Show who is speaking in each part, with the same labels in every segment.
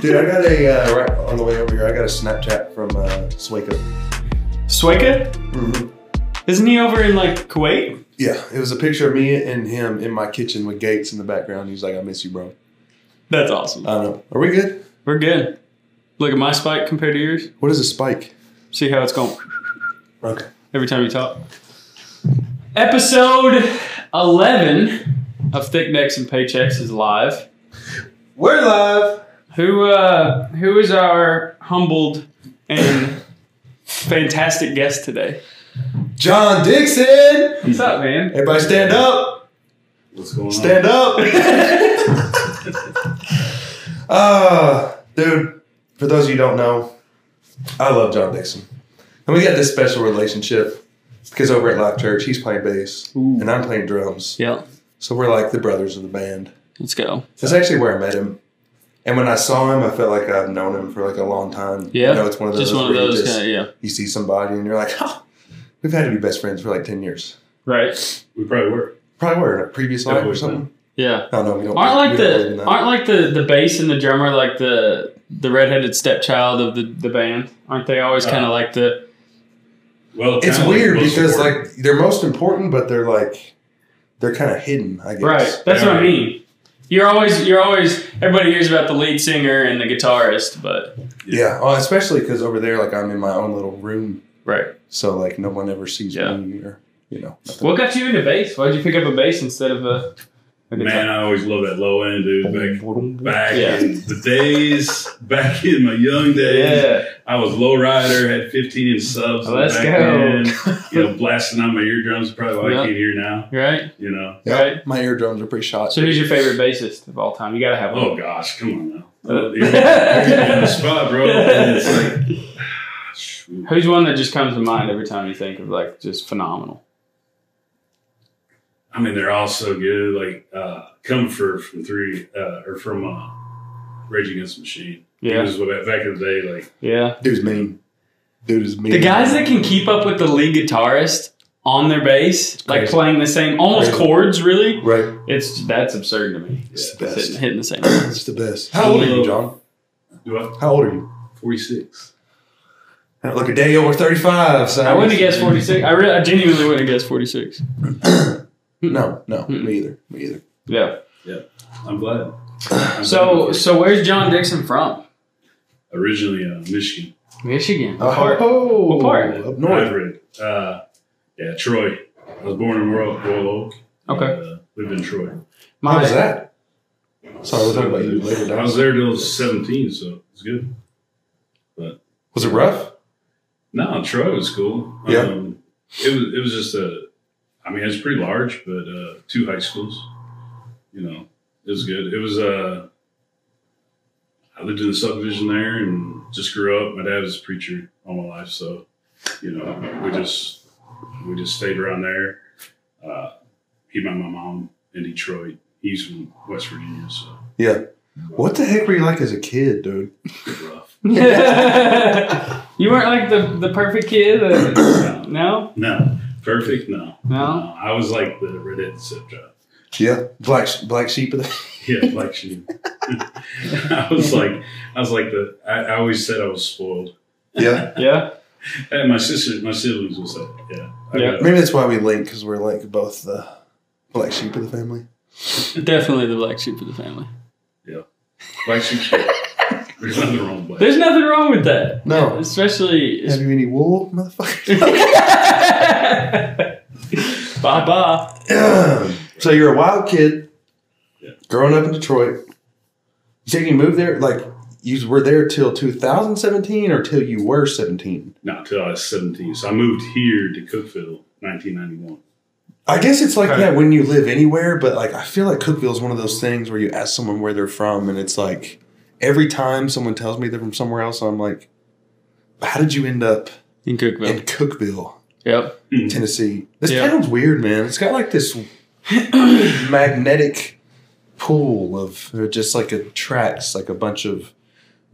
Speaker 1: Dude, I got a uh, right on the way over here. I got a Snapchat from uh, Sweka.
Speaker 2: Sweka? Isn't he over in like Kuwait?
Speaker 1: Yeah, it was a picture of me and him in my kitchen with Gates in the background. He's like, "I miss you, bro."
Speaker 2: That's awesome.
Speaker 1: I don't know. Are we good?
Speaker 2: Uh, We're good. Look at my spike compared to yours.
Speaker 1: What is a spike?
Speaker 2: See how it's going
Speaker 1: Okay.
Speaker 2: every time you talk. Episode 11 of Thick Necks and Paychecks is live.
Speaker 3: We're live.
Speaker 2: Who uh who is our humbled and fantastic guest today?
Speaker 1: John Dixon.
Speaker 2: What's up, man?
Speaker 1: Everybody, stand up.
Speaker 3: What's going
Speaker 1: Stand up. uh, dude. For those of you who don't know, I love John Dixon, and we got this special relationship because over at Life Church, he's playing bass
Speaker 2: Ooh.
Speaker 1: and I'm playing drums.
Speaker 2: Yeah,
Speaker 1: So we're like the brothers of the band.
Speaker 2: let's go.
Speaker 1: That's actually where I met him. And when I saw him, I felt like I've known him for like a long time.
Speaker 2: Yeah,
Speaker 1: You know, it's one of those
Speaker 2: just one of
Speaker 1: where
Speaker 2: those
Speaker 1: you, just,
Speaker 2: kind of yeah.
Speaker 1: you see somebody and you're like, oh, we've had to be best friends for like 10 years.
Speaker 2: Right.
Speaker 3: We probably were.
Speaker 1: Probably were in a previous
Speaker 3: Yeah,
Speaker 1: life or
Speaker 3: we've
Speaker 1: something.
Speaker 2: Yeah.
Speaker 1: No, no, we don't.
Speaker 2: Aren't like
Speaker 1: we don't believe in
Speaker 2: the
Speaker 1: that.
Speaker 2: aren't like the the bass and the drummer like the the redheaded stepchild of the the band? Aren't they always kind of like the
Speaker 3: Well,
Speaker 1: it's
Speaker 3: apparently
Speaker 1: weird
Speaker 3: most
Speaker 1: because
Speaker 3: important.
Speaker 1: like they're most important, but they're like, they're kind of hidden, I guess.
Speaker 2: right? That's what I
Speaker 3: Yeah.
Speaker 2: mean. You're always you're always everybody hears about the lead singer and the guitarist, but
Speaker 1: Yeah. Oh, especially because over there, like I'm in my own little room.
Speaker 2: right.
Speaker 1: So like no one ever sees
Speaker 2: Yeah.
Speaker 1: me or, you know. nothing.
Speaker 2: What got you into bass? Why'd you pick up a bass instead of a, a guitar?
Speaker 3: man, I always love that low end, dude. Back, back
Speaker 2: Yeah.
Speaker 3: in the days, back in my young days,
Speaker 2: Yeah,
Speaker 3: I was low rider, had 15 inch subs. in the
Speaker 2: Let's
Speaker 3: back
Speaker 2: go.
Speaker 3: end, you know, blasting out my eardrums, probably why
Speaker 2: Yeah.
Speaker 3: I can't hear now.
Speaker 2: right.
Speaker 3: You know,
Speaker 1: Yeah,
Speaker 2: Right.
Speaker 1: My eardrums are pretty shot.
Speaker 2: So who's your favorite bassist of all time? You gotta have
Speaker 3: oh
Speaker 2: one.
Speaker 3: gosh, come on now.
Speaker 2: Uh,
Speaker 3: You're you're on the spot, bro. And it's like, shoot.
Speaker 2: Who's one that just comes to mind every time you think of like just phenomenal?
Speaker 3: I mean, they're all so good. Like, uh, Comfort from three, uh, or from uh, Rage Against the Machine. Yeah.
Speaker 2: Yeah,
Speaker 3: was what- back in the day, like
Speaker 2: yeah.
Speaker 1: Dude's mean. Dude is mean.
Speaker 2: The guys that can keep up with the lead guitarist on their bass, like
Speaker 1: Crazy.
Speaker 2: playing the same almost
Speaker 1: Crazy.
Speaker 2: chords, really,
Speaker 1: Right.
Speaker 2: it's that's absurd to me.
Speaker 1: It's the
Speaker 2: Sitting,
Speaker 1: best.
Speaker 2: hitting the same.
Speaker 1: It's the best. How old are you, John?
Speaker 3: do I
Speaker 1: How old are you?
Speaker 3: forty six.
Speaker 1: Look, a day over 35. So
Speaker 2: I wouldn't have guessed forty six. I, re- I genuinely wouldn't have guessed forty six.
Speaker 1: No, no,
Speaker 2: Mm-mm.
Speaker 1: me either. Me either.
Speaker 2: Yeah.
Speaker 3: I'm glad. I'm
Speaker 2: So
Speaker 3: glad.
Speaker 2: so where's John Dixon from?
Speaker 3: originally uh, Michigan,
Speaker 2: Michigan. What part?
Speaker 1: Oh,
Speaker 2: What part?
Speaker 1: Up north.
Speaker 3: Everett, uh, yeah, Troy. I was born in Royal, Royal Oak.
Speaker 2: Okay.
Speaker 3: and, uh, lived in Troy.
Speaker 1: How was
Speaker 2: My
Speaker 1: that? Sorry, we'll talk about you later.
Speaker 3: I
Speaker 1: Doc.
Speaker 3: was there till seventeen, so it's good.
Speaker 1: Was it rough?
Speaker 3: No, Troy was cool.
Speaker 1: Yeah.
Speaker 3: Um, it was. It was just a. I mean, it's pretty large, but uh, two high schools. You know, it was good. It was. Uh, I lived in a subdivision there and just grew up. My dad was a preacher all my life, so you know, we just we just stayed around there. Uh, he met my mom in Detroit. He's from West Virginia, so
Speaker 1: Yeah. What the heck were you like as a kid, dude?
Speaker 3: it's rough.
Speaker 2: you weren't like the, the perfect kid. uh,
Speaker 3: no,
Speaker 2: no,
Speaker 3: no, perfect. No,
Speaker 2: No?
Speaker 3: I was like the redhead stepchild.
Speaker 1: Yeah. Black sh- black sheep of the.
Speaker 3: Yeah, black sheep. I was like, I was like the. I, I always said I was spoiled,
Speaker 1: Yeah.
Speaker 2: yeah,
Speaker 3: and my sister, my siblings will say, yeah, I
Speaker 2: Yeah.
Speaker 3: got-
Speaker 1: Maybe that's why we link because we're like both the black sheep of the family.
Speaker 2: definitely the black sheep of the family.
Speaker 3: black sheep. There's nothing wrong with black.
Speaker 2: There's nothing wrong with that,
Speaker 1: No.
Speaker 2: especially
Speaker 1: Have you any wool, motherfucker?
Speaker 2: bye bye.
Speaker 1: so you're a wild kid,
Speaker 3: Yeah.
Speaker 1: growing up in Detroit. You said you moved there, like you were there till 2017 or till you were 17.
Speaker 3: Not till I was 17. So I moved here to Cookville, 1991.
Speaker 1: I guess it's like
Speaker 2: Okay.
Speaker 1: that when you live anywhere, but like I feel like Cookville is one of those things where you ask someone where they're from, and it's like every time someone tells me they're from somewhere else, I'm like, how did you end up
Speaker 2: In
Speaker 1: in
Speaker 2: Cookville.
Speaker 1: Cookville,
Speaker 2: Yep.
Speaker 1: Tennessee? This
Speaker 2: Yeah.
Speaker 1: town's weird, man. It's got like this magnetic pool of it just like attracts like a bunch of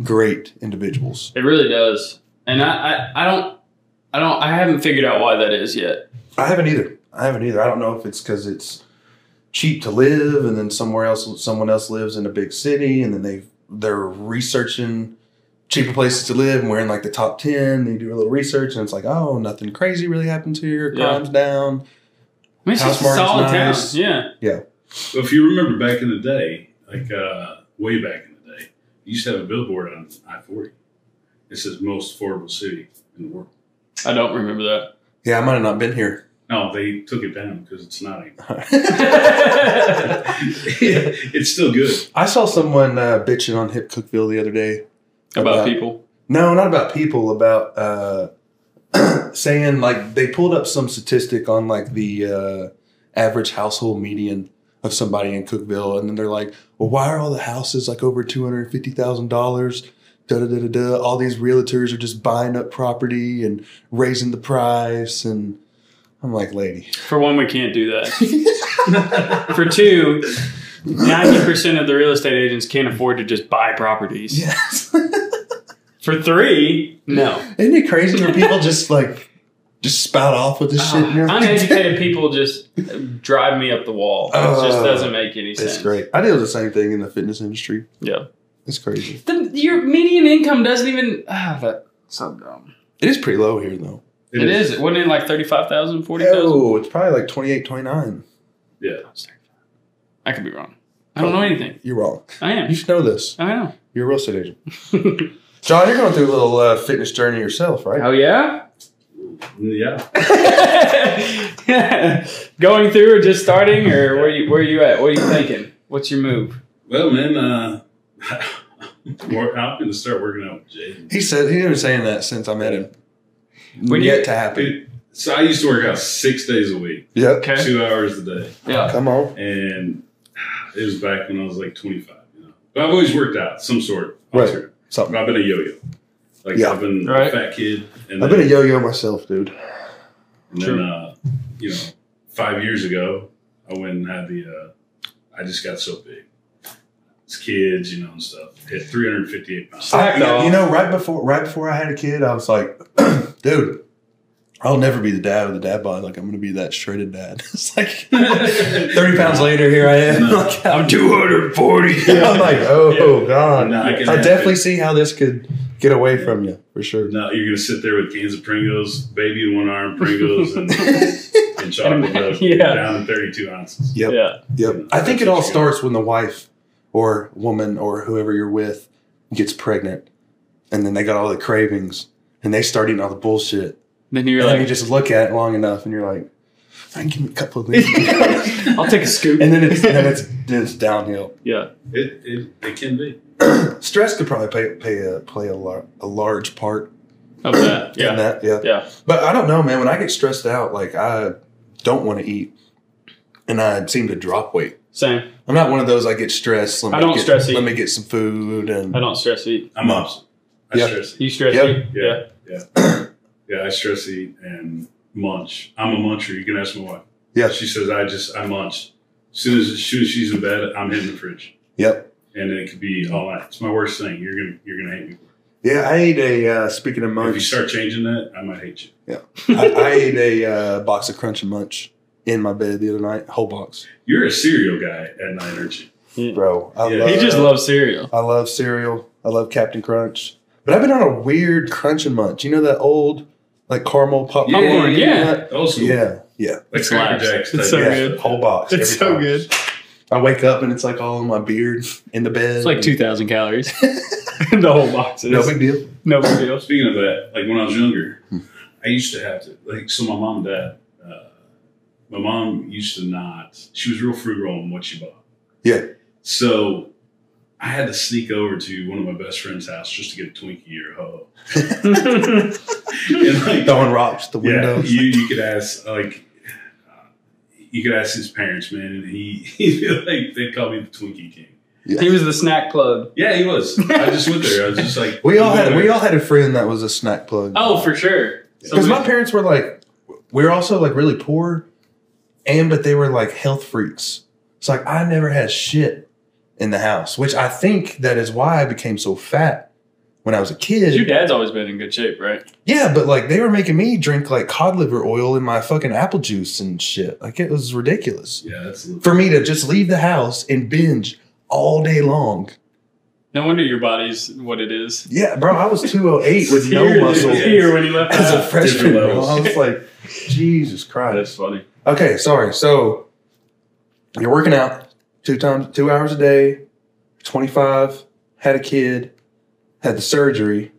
Speaker 1: great individuals.
Speaker 2: It really does. And I, I, I don't I don't I haven't figured out why that is yet.
Speaker 1: I haven't either. I haven't either. I don't know if it's because it's cheap to live, and then somewhere else, someone else lives in a big city, and then they've they're researching cheaper places to live and we're in like the top 10 they do a little research and it's like oh nothing crazy really happens here
Speaker 2: Yeah.
Speaker 1: crimes down
Speaker 2: I mean, it's
Speaker 1: House
Speaker 2: just a solid
Speaker 1: market's nice.
Speaker 2: town. Yeah.
Speaker 3: Well, if you remember back in the day, like uh, way back in the day, you used to have a billboard on I forty. It says most affordable city in the world.
Speaker 2: I don't remember
Speaker 1: yeah i might have not been here
Speaker 3: No, they took it down because it's not. even-
Speaker 2: that.
Speaker 3: it's still good.
Speaker 1: i saw someone uh, bitching on hip cookville the other day
Speaker 2: About people.
Speaker 1: No, not about people. About uh, saying like they pulled up some statistic on like the uh, average household median of somebody in Cookville, and then they're like, "Well, why are all the houses like over two hundred fifty thousand dollars?" Da da da da da. All these realtors are just buying up property and raising the price, and I'm like, lady,
Speaker 2: For one, we can't do that. For two, 90% of the real estate agents can't afford to just buy properties.
Speaker 1: yes.
Speaker 2: For three, no.
Speaker 1: Isn't it crazy when people just like just spout off with
Speaker 2: Oh,
Speaker 1: this shit? and everything?
Speaker 2: Uneducated people just drive me up the wall. It just
Speaker 1: Uh,
Speaker 2: doesn't make any sense.
Speaker 1: It's great. I do the same thing in the fitness industry.
Speaker 2: Yeah.
Speaker 1: It's crazy.
Speaker 2: The, your median income doesn't even. Ah, that, so dumb.
Speaker 1: It is pretty low here, though.
Speaker 2: it is. It wasn't it like 35,000, 40,000?
Speaker 1: Oh, it's probably like 28, 29.
Speaker 3: Yeah.
Speaker 2: I could be wrong. I don't know anything.
Speaker 1: You're wrong.
Speaker 2: I
Speaker 1: You
Speaker 2: am.
Speaker 1: should know this.
Speaker 2: I know.
Speaker 1: You're a real estate agent. John, you're going through a little uh, fitness journey yourself, right?
Speaker 2: oh, yeah?
Speaker 3: Yeah.
Speaker 2: Going through or just starting or where you where you at? What are you thinking? What's your move?
Speaker 3: Well, man, uh, work- I'm going to start working out with Jay.
Speaker 1: He said he's been saying that since I met him.
Speaker 2: When you-
Speaker 1: Yet to happen.
Speaker 3: Dude, So I used to work out six days a week,
Speaker 1: Yep.
Speaker 2: Okay.
Speaker 3: two hours a day,
Speaker 2: Yeah.
Speaker 1: Come on.
Speaker 3: and it was back when I was like 25. You know, but I've always worked out some sort.
Speaker 1: Right.
Speaker 3: Alternative.
Speaker 1: Something.
Speaker 3: I've been a yo-yo. Like
Speaker 1: Yeah.
Speaker 3: I've been
Speaker 2: Right.
Speaker 3: a fat kid, and
Speaker 1: I've
Speaker 3: then,
Speaker 1: been a yo-yo myself, dude.
Speaker 3: and then uh, you know, five years ago, I went and had the. Uh, I just got so big. It's kids, you know, and stuff. Hit 358 pounds.
Speaker 1: I-
Speaker 2: Slack
Speaker 1: you, know,
Speaker 2: off.
Speaker 1: you know, right before right before I had a kid, I was like, dude, I'll never be the dad with a dad bod. Like, I'm going to be that shredded dad. it's like 30 pounds later, here I am.
Speaker 3: No.
Speaker 1: Like,
Speaker 2: I'm 240.
Speaker 1: I'm like, oh, God.
Speaker 3: No, I can
Speaker 1: I
Speaker 3: have
Speaker 1: definitely
Speaker 3: it.
Speaker 1: see how this could get away from you for sure.
Speaker 3: No, you're gonna sit there with cans of Pringles, baby in one arm, Pringles, and, and chocolate milk,
Speaker 2: Yeah.
Speaker 3: down to 32 ounces.
Speaker 1: Yep.
Speaker 2: Yeah.
Speaker 1: Yep. I think it all starts when the wife or woman or whoever you're with gets pregnant, and then they got all the cravings and they start eating all the bullshit.
Speaker 2: Then you're
Speaker 1: And then you
Speaker 2: like,
Speaker 1: just look at it long enough, and you're like, "I can give me a couple of these,"
Speaker 2: I'll take a scoop.
Speaker 1: and then it's then it's then it's downhill.
Speaker 2: yeah.
Speaker 3: It, it, it can be.
Speaker 1: Stress could probably play play a play a, lar- a large part
Speaker 2: Of that.
Speaker 1: in
Speaker 2: Yeah.
Speaker 1: that. Yeah.
Speaker 2: Yeah.
Speaker 1: But I don't know, man. When I get stressed out, like I don't want to eat, and I seem to drop weight.
Speaker 2: Same.
Speaker 1: I'm not one of those. I get stressed. Let
Speaker 2: I
Speaker 1: me
Speaker 2: don't
Speaker 1: get,
Speaker 2: stress
Speaker 1: Let
Speaker 2: eat.
Speaker 1: me get some food and
Speaker 2: I don't stress eat.
Speaker 3: I'm opposite. I
Speaker 1: Yeah.
Speaker 3: stress eat.
Speaker 2: You stress
Speaker 1: Yep.
Speaker 2: eat.
Speaker 3: Yeah. Yeah, I stress eat and munch. I'm a muncher. You can ask my wife.
Speaker 1: Yeah.
Speaker 3: She says I just I munch. As soon as, as soon as she's in bed, I'm hitting the fridge,
Speaker 1: Yep.
Speaker 3: and it could be all night. It's my worst thing. You're gonna you're gonna hate me.
Speaker 1: Yeah, I ate a. Uh, speaking of
Speaker 3: If you
Speaker 1: munch,
Speaker 3: start changing that, I might hate you.
Speaker 1: I, I ate a uh, box of Crunch and Munch in my bed the other night, whole box,
Speaker 3: You're a cereal guy at night, aren't you?
Speaker 1: bro. I
Speaker 3: Yeah.
Speaker 1: love,
Speaker 2: He just loves cereal.
Speaker 1: I love cereal. I love Captain Crunch, but I've been on a weird Crunch and Munch. You know that old like caramel pop-
Speaker 3: Yeah,
Speaker 1: popcorn?
Speaker 2: yeah.
Speaker 3: Old school.
Speaker 1: yeah, yeah.
Speaker 3: Like
Speaker 2: It's
Speaker 3: Cracker
Speaker 2: lives.
Speaker 3: Jacks.
Speaker 2: It's
Speaker 3: type.
Speaker 2: so
Speaker 1: yeah.
Speaker 2: good.
Speaker 1: Whole box. every time. I wake up and it's like all in my beard in the bed.
Speaker 2: It's like 2,000 calories. the whole box is.
Speaker 1: No big deal.
Speaker 2: No big deal.
Speaker 3: Speaking of that, like when I was younger, I used to have to like so my mom and dad. Uh, my mom used to not. She was real frugal on what she bought.
Speaker 1: Yeah.
Speaker 3: So I had to sneak over to one of my best friend's house just to get a Twinkie or a ho. And like,
Speaker 1: Throwing rocks the
Speaker 3: yeah,
Speaker 1: windows.
Speaker 3: you, you could ask like. uh, You could ask his parents, man, and he he'd be like they call me the Twinkie King.
Speaker 2: he was the snack plug.
Speaker 3: Yeah, he was. I just went there. I was just like
Speaker 1: We all had we all had a friend that was a snack plug.
Speaker 2: Oh, for sure.
Speaker 1: Because my
Speaker 2: Somebody-
Speaker 1: parents were like, we were also like really poor, and but they were like health freaks. So like I never had shit in the house, which I think that is why I became so fat when I was a
Speaker 2: your
Speaker 1: kid.
Speaker 2: dad's always been in good shape, right?
Speaker 1: Yeah, but like they were making me drink like cod liver oil in my fucking apple juice and shit. Like it was ridiculous
Speaker 3: Yeah, that's a little-
Speaker 1: for me to just leave the house and binge all day long.
Speaker 2: No wonder your body's what it is.
Speaker 1: Yeah, bro, I was 208 with no
Speaker 2: Here-
Speaker 1: muscle
Speaker 2: Here when you left
Speaker 1: as a
Speaker 2: out.
Speaker 1: freshman.
Speaker 3: Different
Speaker 1: bro. I was
Speaker 3: levels.
Speaker 1: like, Jesus
Speaker 3: That's
Speaker 1: Christ.
Speaker 3: funny.
Speaker 1: Okay, sorry. So you're working out two times, two hours a day, 25, had a kid, had the surgery,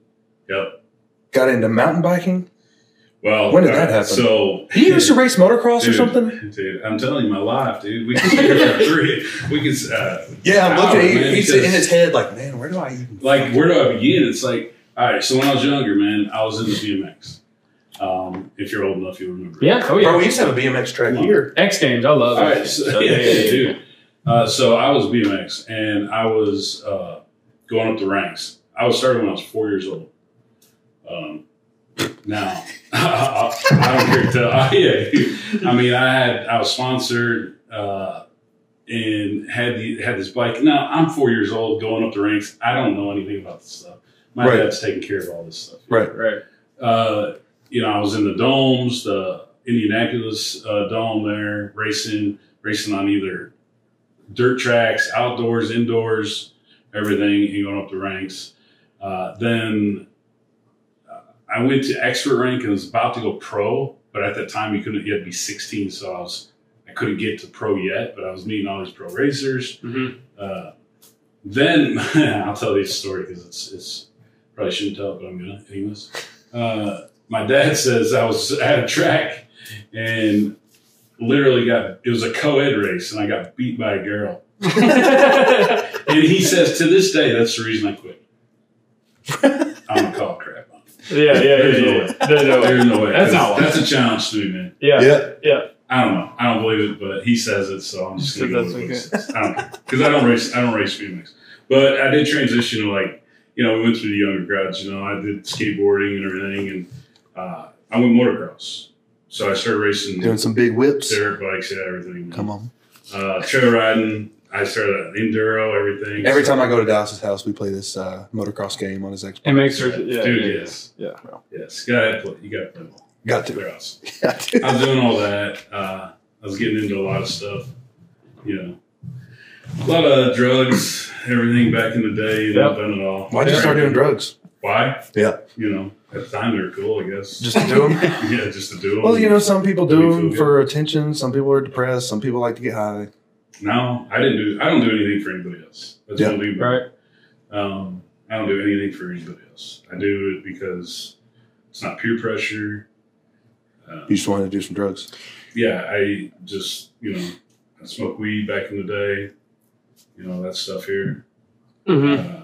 Speaker 3: Yep.
Speaker 1: got into mountain biking.
Speaker 3: Well,
Speaker 1: When did
Speaker 3: all
Speaker 1: that
Speaker 3: right,
Speaker 1: happen?
Speaker 3: So
Speaker 1: He used to race motocross or
Speaker 3: Dude,
Speaker 1: something.
Speaker 3: Dude, I'm telling you, my life, dude. We could sit here for three. We could, uh,
Speaker 1: Yeah, I'm looking at
Speaker 3: Wow,
Speaker 1: you.
Speaker 3: man,
Speaker 1: He's in
Speaker 3: because-
Speaker 1: his head like, man, where do I even?
Speaker 3: like, where do I begin? It's like, all right. So when I was younger, man, I was into BMX. Um, if you're old enough, you'll remember.
Speaker 2: Yeah. Oh
Speaker 1: Bro,
Speaker 2: yeah.
Speaker 1: we used to have a BMX track here.
Speaker 2: X Games. I love
Speaker 3: All right.
Speaker 2: it. Oh,
Speaker 3: So, Oh, yeah, yeah, yeah, dude. Uh, so I was BMX, and I was uh, going up the ranks. I was starting when I was four years old. Um, now I, don't care to tell. yeah, dude. I mean, I had I was sponsored uh, and had the, had this bike. Now I'm four years old, going up the ranks. I don't know anything about this stuff. My
Speaker 1: Right.
Speaker 3: dad's taking care of all this stuff.
Speaker 1: Right.
Speaker 2: Right.
Speaker 3: Uh, you know, I was in the domes, the Indianapolis uh, dome there, racing, racing on either dirt tracks, outdoors, indoors, everything, and going up the ranks. Uh, then uh, I went to expert rank and was about to go pro, but at that time you couldn't yet be 16, so I was I couldn't get to pro yet, but I was meeting all these pro racers
Speaker 2: Mhm.
Speaker 3: uh, then I'll tell you a story because it's it's probably shouldn't tell it, but I'm gonna anyways. Uh, my dad says I was at a track and literally got it was a co-ed race and I got beat by a girl. And he says to this day that's the reason I quit. I'm gonna call crap on. it.
Speaker 2: yeah. Yeah. Yeah.
Speaker 3: There's
Speaker 2: Yeah. There's
Speaker 3: no way.
Speaker 2: no way.
Speaker 3: There's no way.
Speaker 2: That's not
Speaker 3: that's a challenge to me, man.
Speaker 2: Yeah.
Speaker 3: I don't know. I don't believe it, but he says it, so I'm just
Speaker 2: So
Speaker 3: gonna go
Speaker 2: that's
Speaker 3: with what he says. I don't care because Um, I don't race. I don't race BMX, but I did transition to like you know we went through the younger crowds. You know I did skateboarding and everything, and uh, I went motocross. So I started racing
Speaker 1: Doing some big whips.
Speaker 3: dirt bikes and everything.
Speaker 1: Come on.
Speaker 3: uh, trail riding. I started enduro, everything.
Speaker 1: Every
Speaker 3: So-
Speaker 1: time I go to Dallas's house, we play this uh, motocross game on his Xbox.
Speaker 2: It makes her. Yeah.
Speaker 3: dude,
Speaker 2: yeah.
Speaker 3: yes,
Speaker 2: yeah.
Speaker 3: yes, you gotta play. You gotta play. ball.
Speaker 1: Got to.
Speaker 3: They're awesome.
Speaker 1: Got to.
Speaker 3: I was doing all that. Uh, I was getting into a lot of stuff, you know, a lot of drugs, everything back in the day. You know,
Speaker 2: Yep.
Speaker 3: done it all.
Speaker 1: Why'd you start doing drugs?
Speaker 3: Why?
Speaker 1: Yeah.
Speaker 3: You know, at the time they were cool, I guess.
Speaker 1: Just to do them?
Speaker 3: yeah, just to do it.
Speaker 1: well, you know, some people do
Speaker 3: Do we feel
Speaker 1: them
Speaker 3: good?
Speaker 1: for attention. Some people are depressed. Some people like to get high.
Speaker 3: No, I didn't do. I don't do anything for anybody else. That's
Speaker 1: Yeah.
Speaker 3: one thing. about it.
Speaker 2: Right.
Speaker 3: Um, I don't do anything for anybody else. I do it because it's not peer pressure. Uh,
Speaker 1: You just wanted to do some drugs.
Speaker 3: yeah, I just you know, I smoked weed back in the day. You know that stuff here.
Speaker 1: Mm-hmm.
Speaker 2: hmm
Speaker 3: Uh,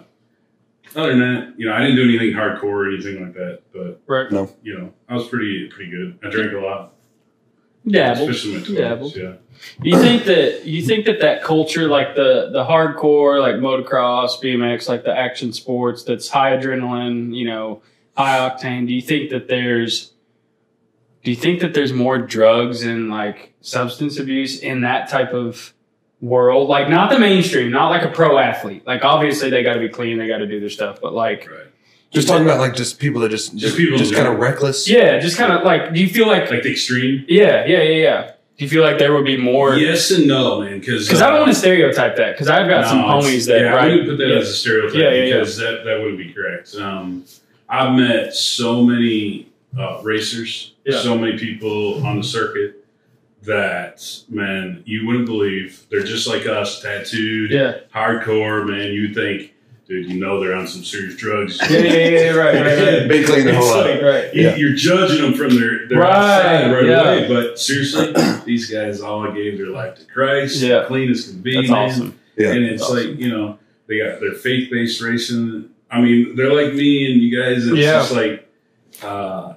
Speaker 3: other than that, you know, I didn't do anything hardcore or anything like that, but
Speaker 2: Right.
Speaker 3: you know, I was pretty pretty good. I drank a lot,
Speaker 2: Dabble.
Speaker 3: especially my
Speaker 2: Dabble.
Speaker 3: twenties. Yeah,
Speaker 2: You think that you think that that culture, like the the hardcore, like motocross, BMX, like the action sports, that's high adrenaline, you know, high octane. Do you think that there's do you think that there's more drugs and like substance abuse in that type of world? Like not the mainstream, not like a pro athlete. Like obviously they got to be clean, they got to do their stuff, but like
Speaker 3: right.
Speaker 1: Just talking about like just people that just
Speaker 3: Just
Speaker 1: just,
Speaker 3: people
Speaker 1: just
Speaker 3: in
Speaker 1: kind of
Speaker 3: general.
Speaker 1: reckless.
Speaker 2: yeah, just kind of like do you feel like
Speaker 3: Like the extreme.
Speaker 2: yeah, yeah, yeah, yeah. Do you feel like there would be more?
Speaker 3: yes and no, man. Because
Speaker 2: Because I don't want to stereotype that. Because I've got some homies that
Speaker 3: yeah, I
Speaker 2: right.
Speaker 3: wouldn't put that
Speaker 2: yeah.
Speaker 3: as a stereotype
Speaker 2: Yeah, yeah, yeah.
Speaker 3: because that that wouldn't be correct. Um, I've met so many uh, racers,
Speaker 2: Yeah.
Speaker 3: so many people on the circuit that man, you wouldn't believe they're just like us, tattooed,
Speaker 2: Yeah.
Speaker 3: hardcore, man, you think, dude, you know they're on some serious drugs.
Speaker 2: Yeah, yeah, yeah, yeah, right, right,
Speaker 3: Yeah.
Speaker 1: Big clean the
Speaker 3: It's
Speaker 1: whole lot.
Speaker 3: like-
Speaker 2: right. right.
Speaker 3: You,
Speaker 1: Yeah.
Speaker 3: You're judging them from their, their
Speaker 2: Right,
Speaker 3: outside right
Speaker 2: yeah.
Speaker 3: away. But seriously, these guys all gave their life to Christ,
Speaker 2: Yeah.
Speaker 3: clean as can be.
Speaker 2: That's
Speaker 3: man.
Speaker 2: awesome.
Speaker 1: Yeah.
Speaker 3: And it's
Speaker 2: That's awesome.
Speaker 3: like, you know, they got their faith based racing. I mean, they're like me and you guys. It's
Speaker 2: Yeah.
Speaker 3: just like, uh,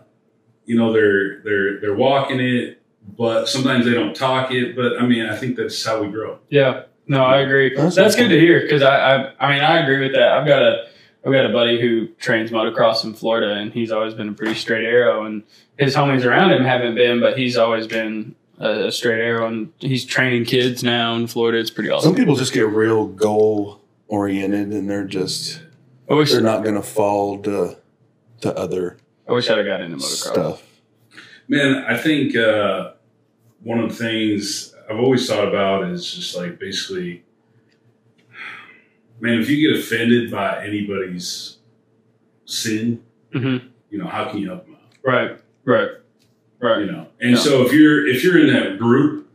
Speaker 3: you know, they're they're they're walking it, but sometimes they don't talk it. But I mean, I think that's how we grow.
Speaker 2: Yeah. No, I agree.
Speaker 1: That's
Speaker 2: That's, good to hear because I, I, I mean, I agree with that. I've got a, I've got a buddy who trains motocross in Florida, and he's always been a pretty straight arrow, and his homies around him haven't been, but he's always been a, a straight arrow, and he's training kids now in Florida. It's pretty
Speaker 1: Some
Speaker 2: awesome.
Speaker 1: people just get real goal oriented and they're just
Speaker 2: I wish,
Speaker 1: they're not gonna fall to to other
Speaker 2: I wish I'd have got into motocross.
Speaker 1: stuff.
Speaker 3: Man, I think uh, one of the things I've always thought about is just like basically man, if you get offended by anybody's sin,
Speaker 2: Mhm.
Speaker 3: you know, how can you help them out?
Speaker 2: Right. Right. Right.
Speaker 3: You know, and
Speaker 2: Yeah.
Speaker 3: so if you're if you're in that group,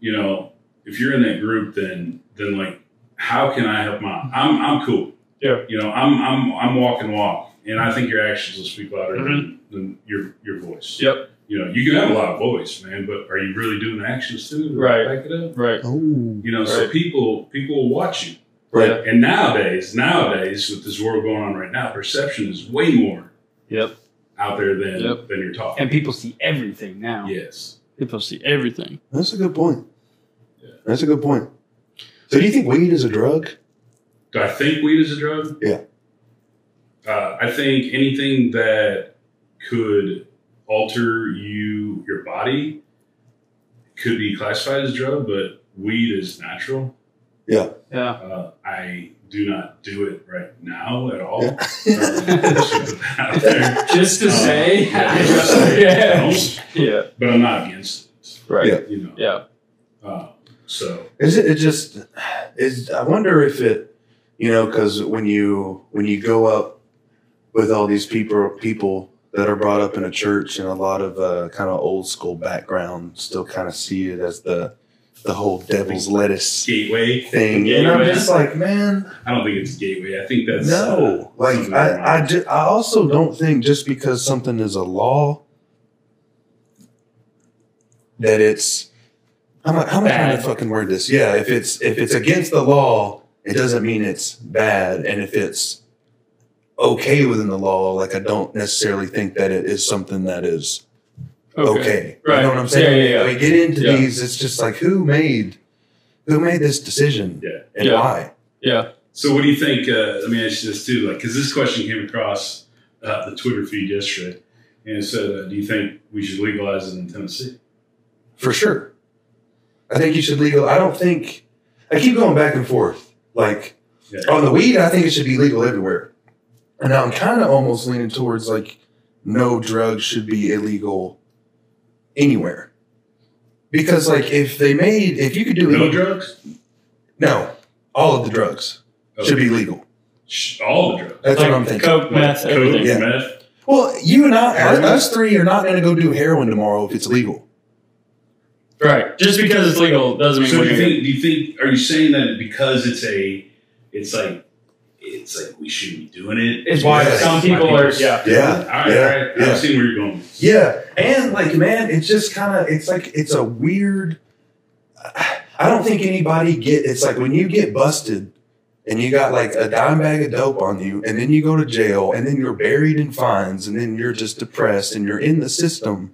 Speaker 3: you know, if you're in that group, then then like, how can I help them out? I'm I'm cool.
Speaker 2: Yeah.
Speaker 3: You know, I'm I'm I'm walk and walk, and I think your actions will speak louder than, than your your voice.
Speaker 2: Mm-hmm. Yep.
Speaker 3: You know, you can have a lot of voice, man, but are you really doing actions too? to
Speaker 2: Right.
Speaker 3: Back it up.
Speaker 2: Right.
Speaker 1: Oh,
Speaker 3: You know, so
Speaker 2: Right.
Speaker 3: people people will watch you.
Speaker 1: Right.
Speaker 2: Yeah.
Speaker 3: And nowadays, nowadays with this world going on right now, perception is way more
Speaker 2: Yep.
Speaker 3: out there than
Speaker 2: Yep.
Speaker 3: than you're talking.
Speaker 2: And people see everything now.
Speaker 3: yes.
Speaker 2: People see everything.
Speaker 1: that's a good point.
Speaker 3: Yeah.
Speaker 1: That's a good point. So, do you think weed is a drug?
Speaker 3: Do I think weed is a drug?
Speaker 1: Yeah.
Speaker 3: Uh, I think anything that could alter you your body could be classified as a drug, but weed is natural.
Speaker 2: Yeah.
Speaker 3: Uh, I do not do it right now at all.
Speaker 1: Yeah.
Speaker 3: Uh, should put that out there.
Speaker 2: Just to
Speaker 3: Uh,
Speaker 2: say.
Speaker 3: yeah, just to say I
Speaker 2: yeah.
Speaker 3: don't,
Speaker 2: Yeah.
Speaker 3: but I'm not against it.
Speaker 2: Right.
Speaker 1: Yeah.
Speaker 3: You know.
Speaker 2: Yeah.
Speaker 3: Uh, so
Speaker 1: Is it, it just is I wonder if it you know cuz when you when you go up with all these people people that are brought up in a church and a lot of uh, kind of old school background still kind of see it as the the whole devil's lettuce
Speaker 3: gateway.
Speaker 1: thing. You know,
Speaker 2: Gateway.
Speaker 1: it's like man,
Speaker 3: I don't think it's gateway. I think that's
Speaker 1: no.
Speaker 3: uh,
Speaker 1: Like
Speaker 3: something
Speaker 1: I I,
Speaker 3: wrong.
Speaker 1: ju- I also don't think just because something is a law that it's how am I, how am I trying to
Speaker 2: Bad.
Speaker 1: fucking word this? Yeah, if it's if it's against the law, it doesn't mean it's bad, and if it's okay within the law, like I don't necessarily think that it is something that is okay. You
Speaker 2: Right.
Speaker 1: know what I'm saying?
Speaker 2: Yeah, yeah, yeah.
Speaker 1: When we get into
Speaker 2: Yeah.
Speaker 1: these, it's just like who made who made this decision
Speaker 3: Yeah.
Speaker 1: and
Speaker 2: Yeah.
Speaker 1: why?
Speaker 2: Yeah.
Speaker 3: So what do you think? Uh, let me ask you this too, like because this question came across uh, the Twitter feed yesterday, and it said, uh, "Do you think we should legalize it in Tennessee?"
Speaker 1: For sure. I think you should legal. I don't think. I keep going back and forth. Like
Speaker 3: Yeah.
Speaker 1: on the weed, I think it should be legal everywhere. And now I'm kind of almost leaning towards like no drugs should be illegal anywhere. Because like if they made if you could do
Speaker 3: No
Speaker 1: no,
Speaker 3: drugs.
Speaker 1: no all of the drugs
Speaker 3: Oh,
Speaker 1: should be legal.
Speaker 3: sh- all the drugs.
Speaker 1: That's
Speaker 2: like uh,
Speaker 1: what I'm thinking.
Speaker 2: Coke,
Speaker 3: Like
Speaker 2: meth,
Speaker 3: coke,
Speaker 2: everything.
Speaker 1: Yeah.
Speaker 3: meth.
Speaker 1: Well, you and I,
Speaker 3: Heroin?
Speaker 1: us three, are not going to go do heroin tomorrow if it's legal.
Speaker 2: Right. Just because it's legal doesn't mean
Speaker 3: so
Speaker 2: we're
Speaker 3: do you
Speaker 2: gonna-
Speaker 3: think? Do you think? Are you saying that because it's a, it's like, it's like we shouldn't be doing it?
Speaker 2: It's
Speaker 1: why
Speaker 3: Because
Speaker 1: some
Speaker 3: why
Speaker 2: people are- yeah.
Speaker 1: Yeah,
Speaker 3: All right.
Speaker 1: yeah,
Speaker 3: all right.
Speaker 1: yeah.
Speaker 3: I've seen where you're going.
Speaker 1: Yeah, and like man, it's just kind of it's like it's a weird. I don't think anybody get. It's like when you get busted, and you got like a dime bag of dope on you, and then you go to jail, and then you're buried in fines, and then you're just depressed, and you're in the system.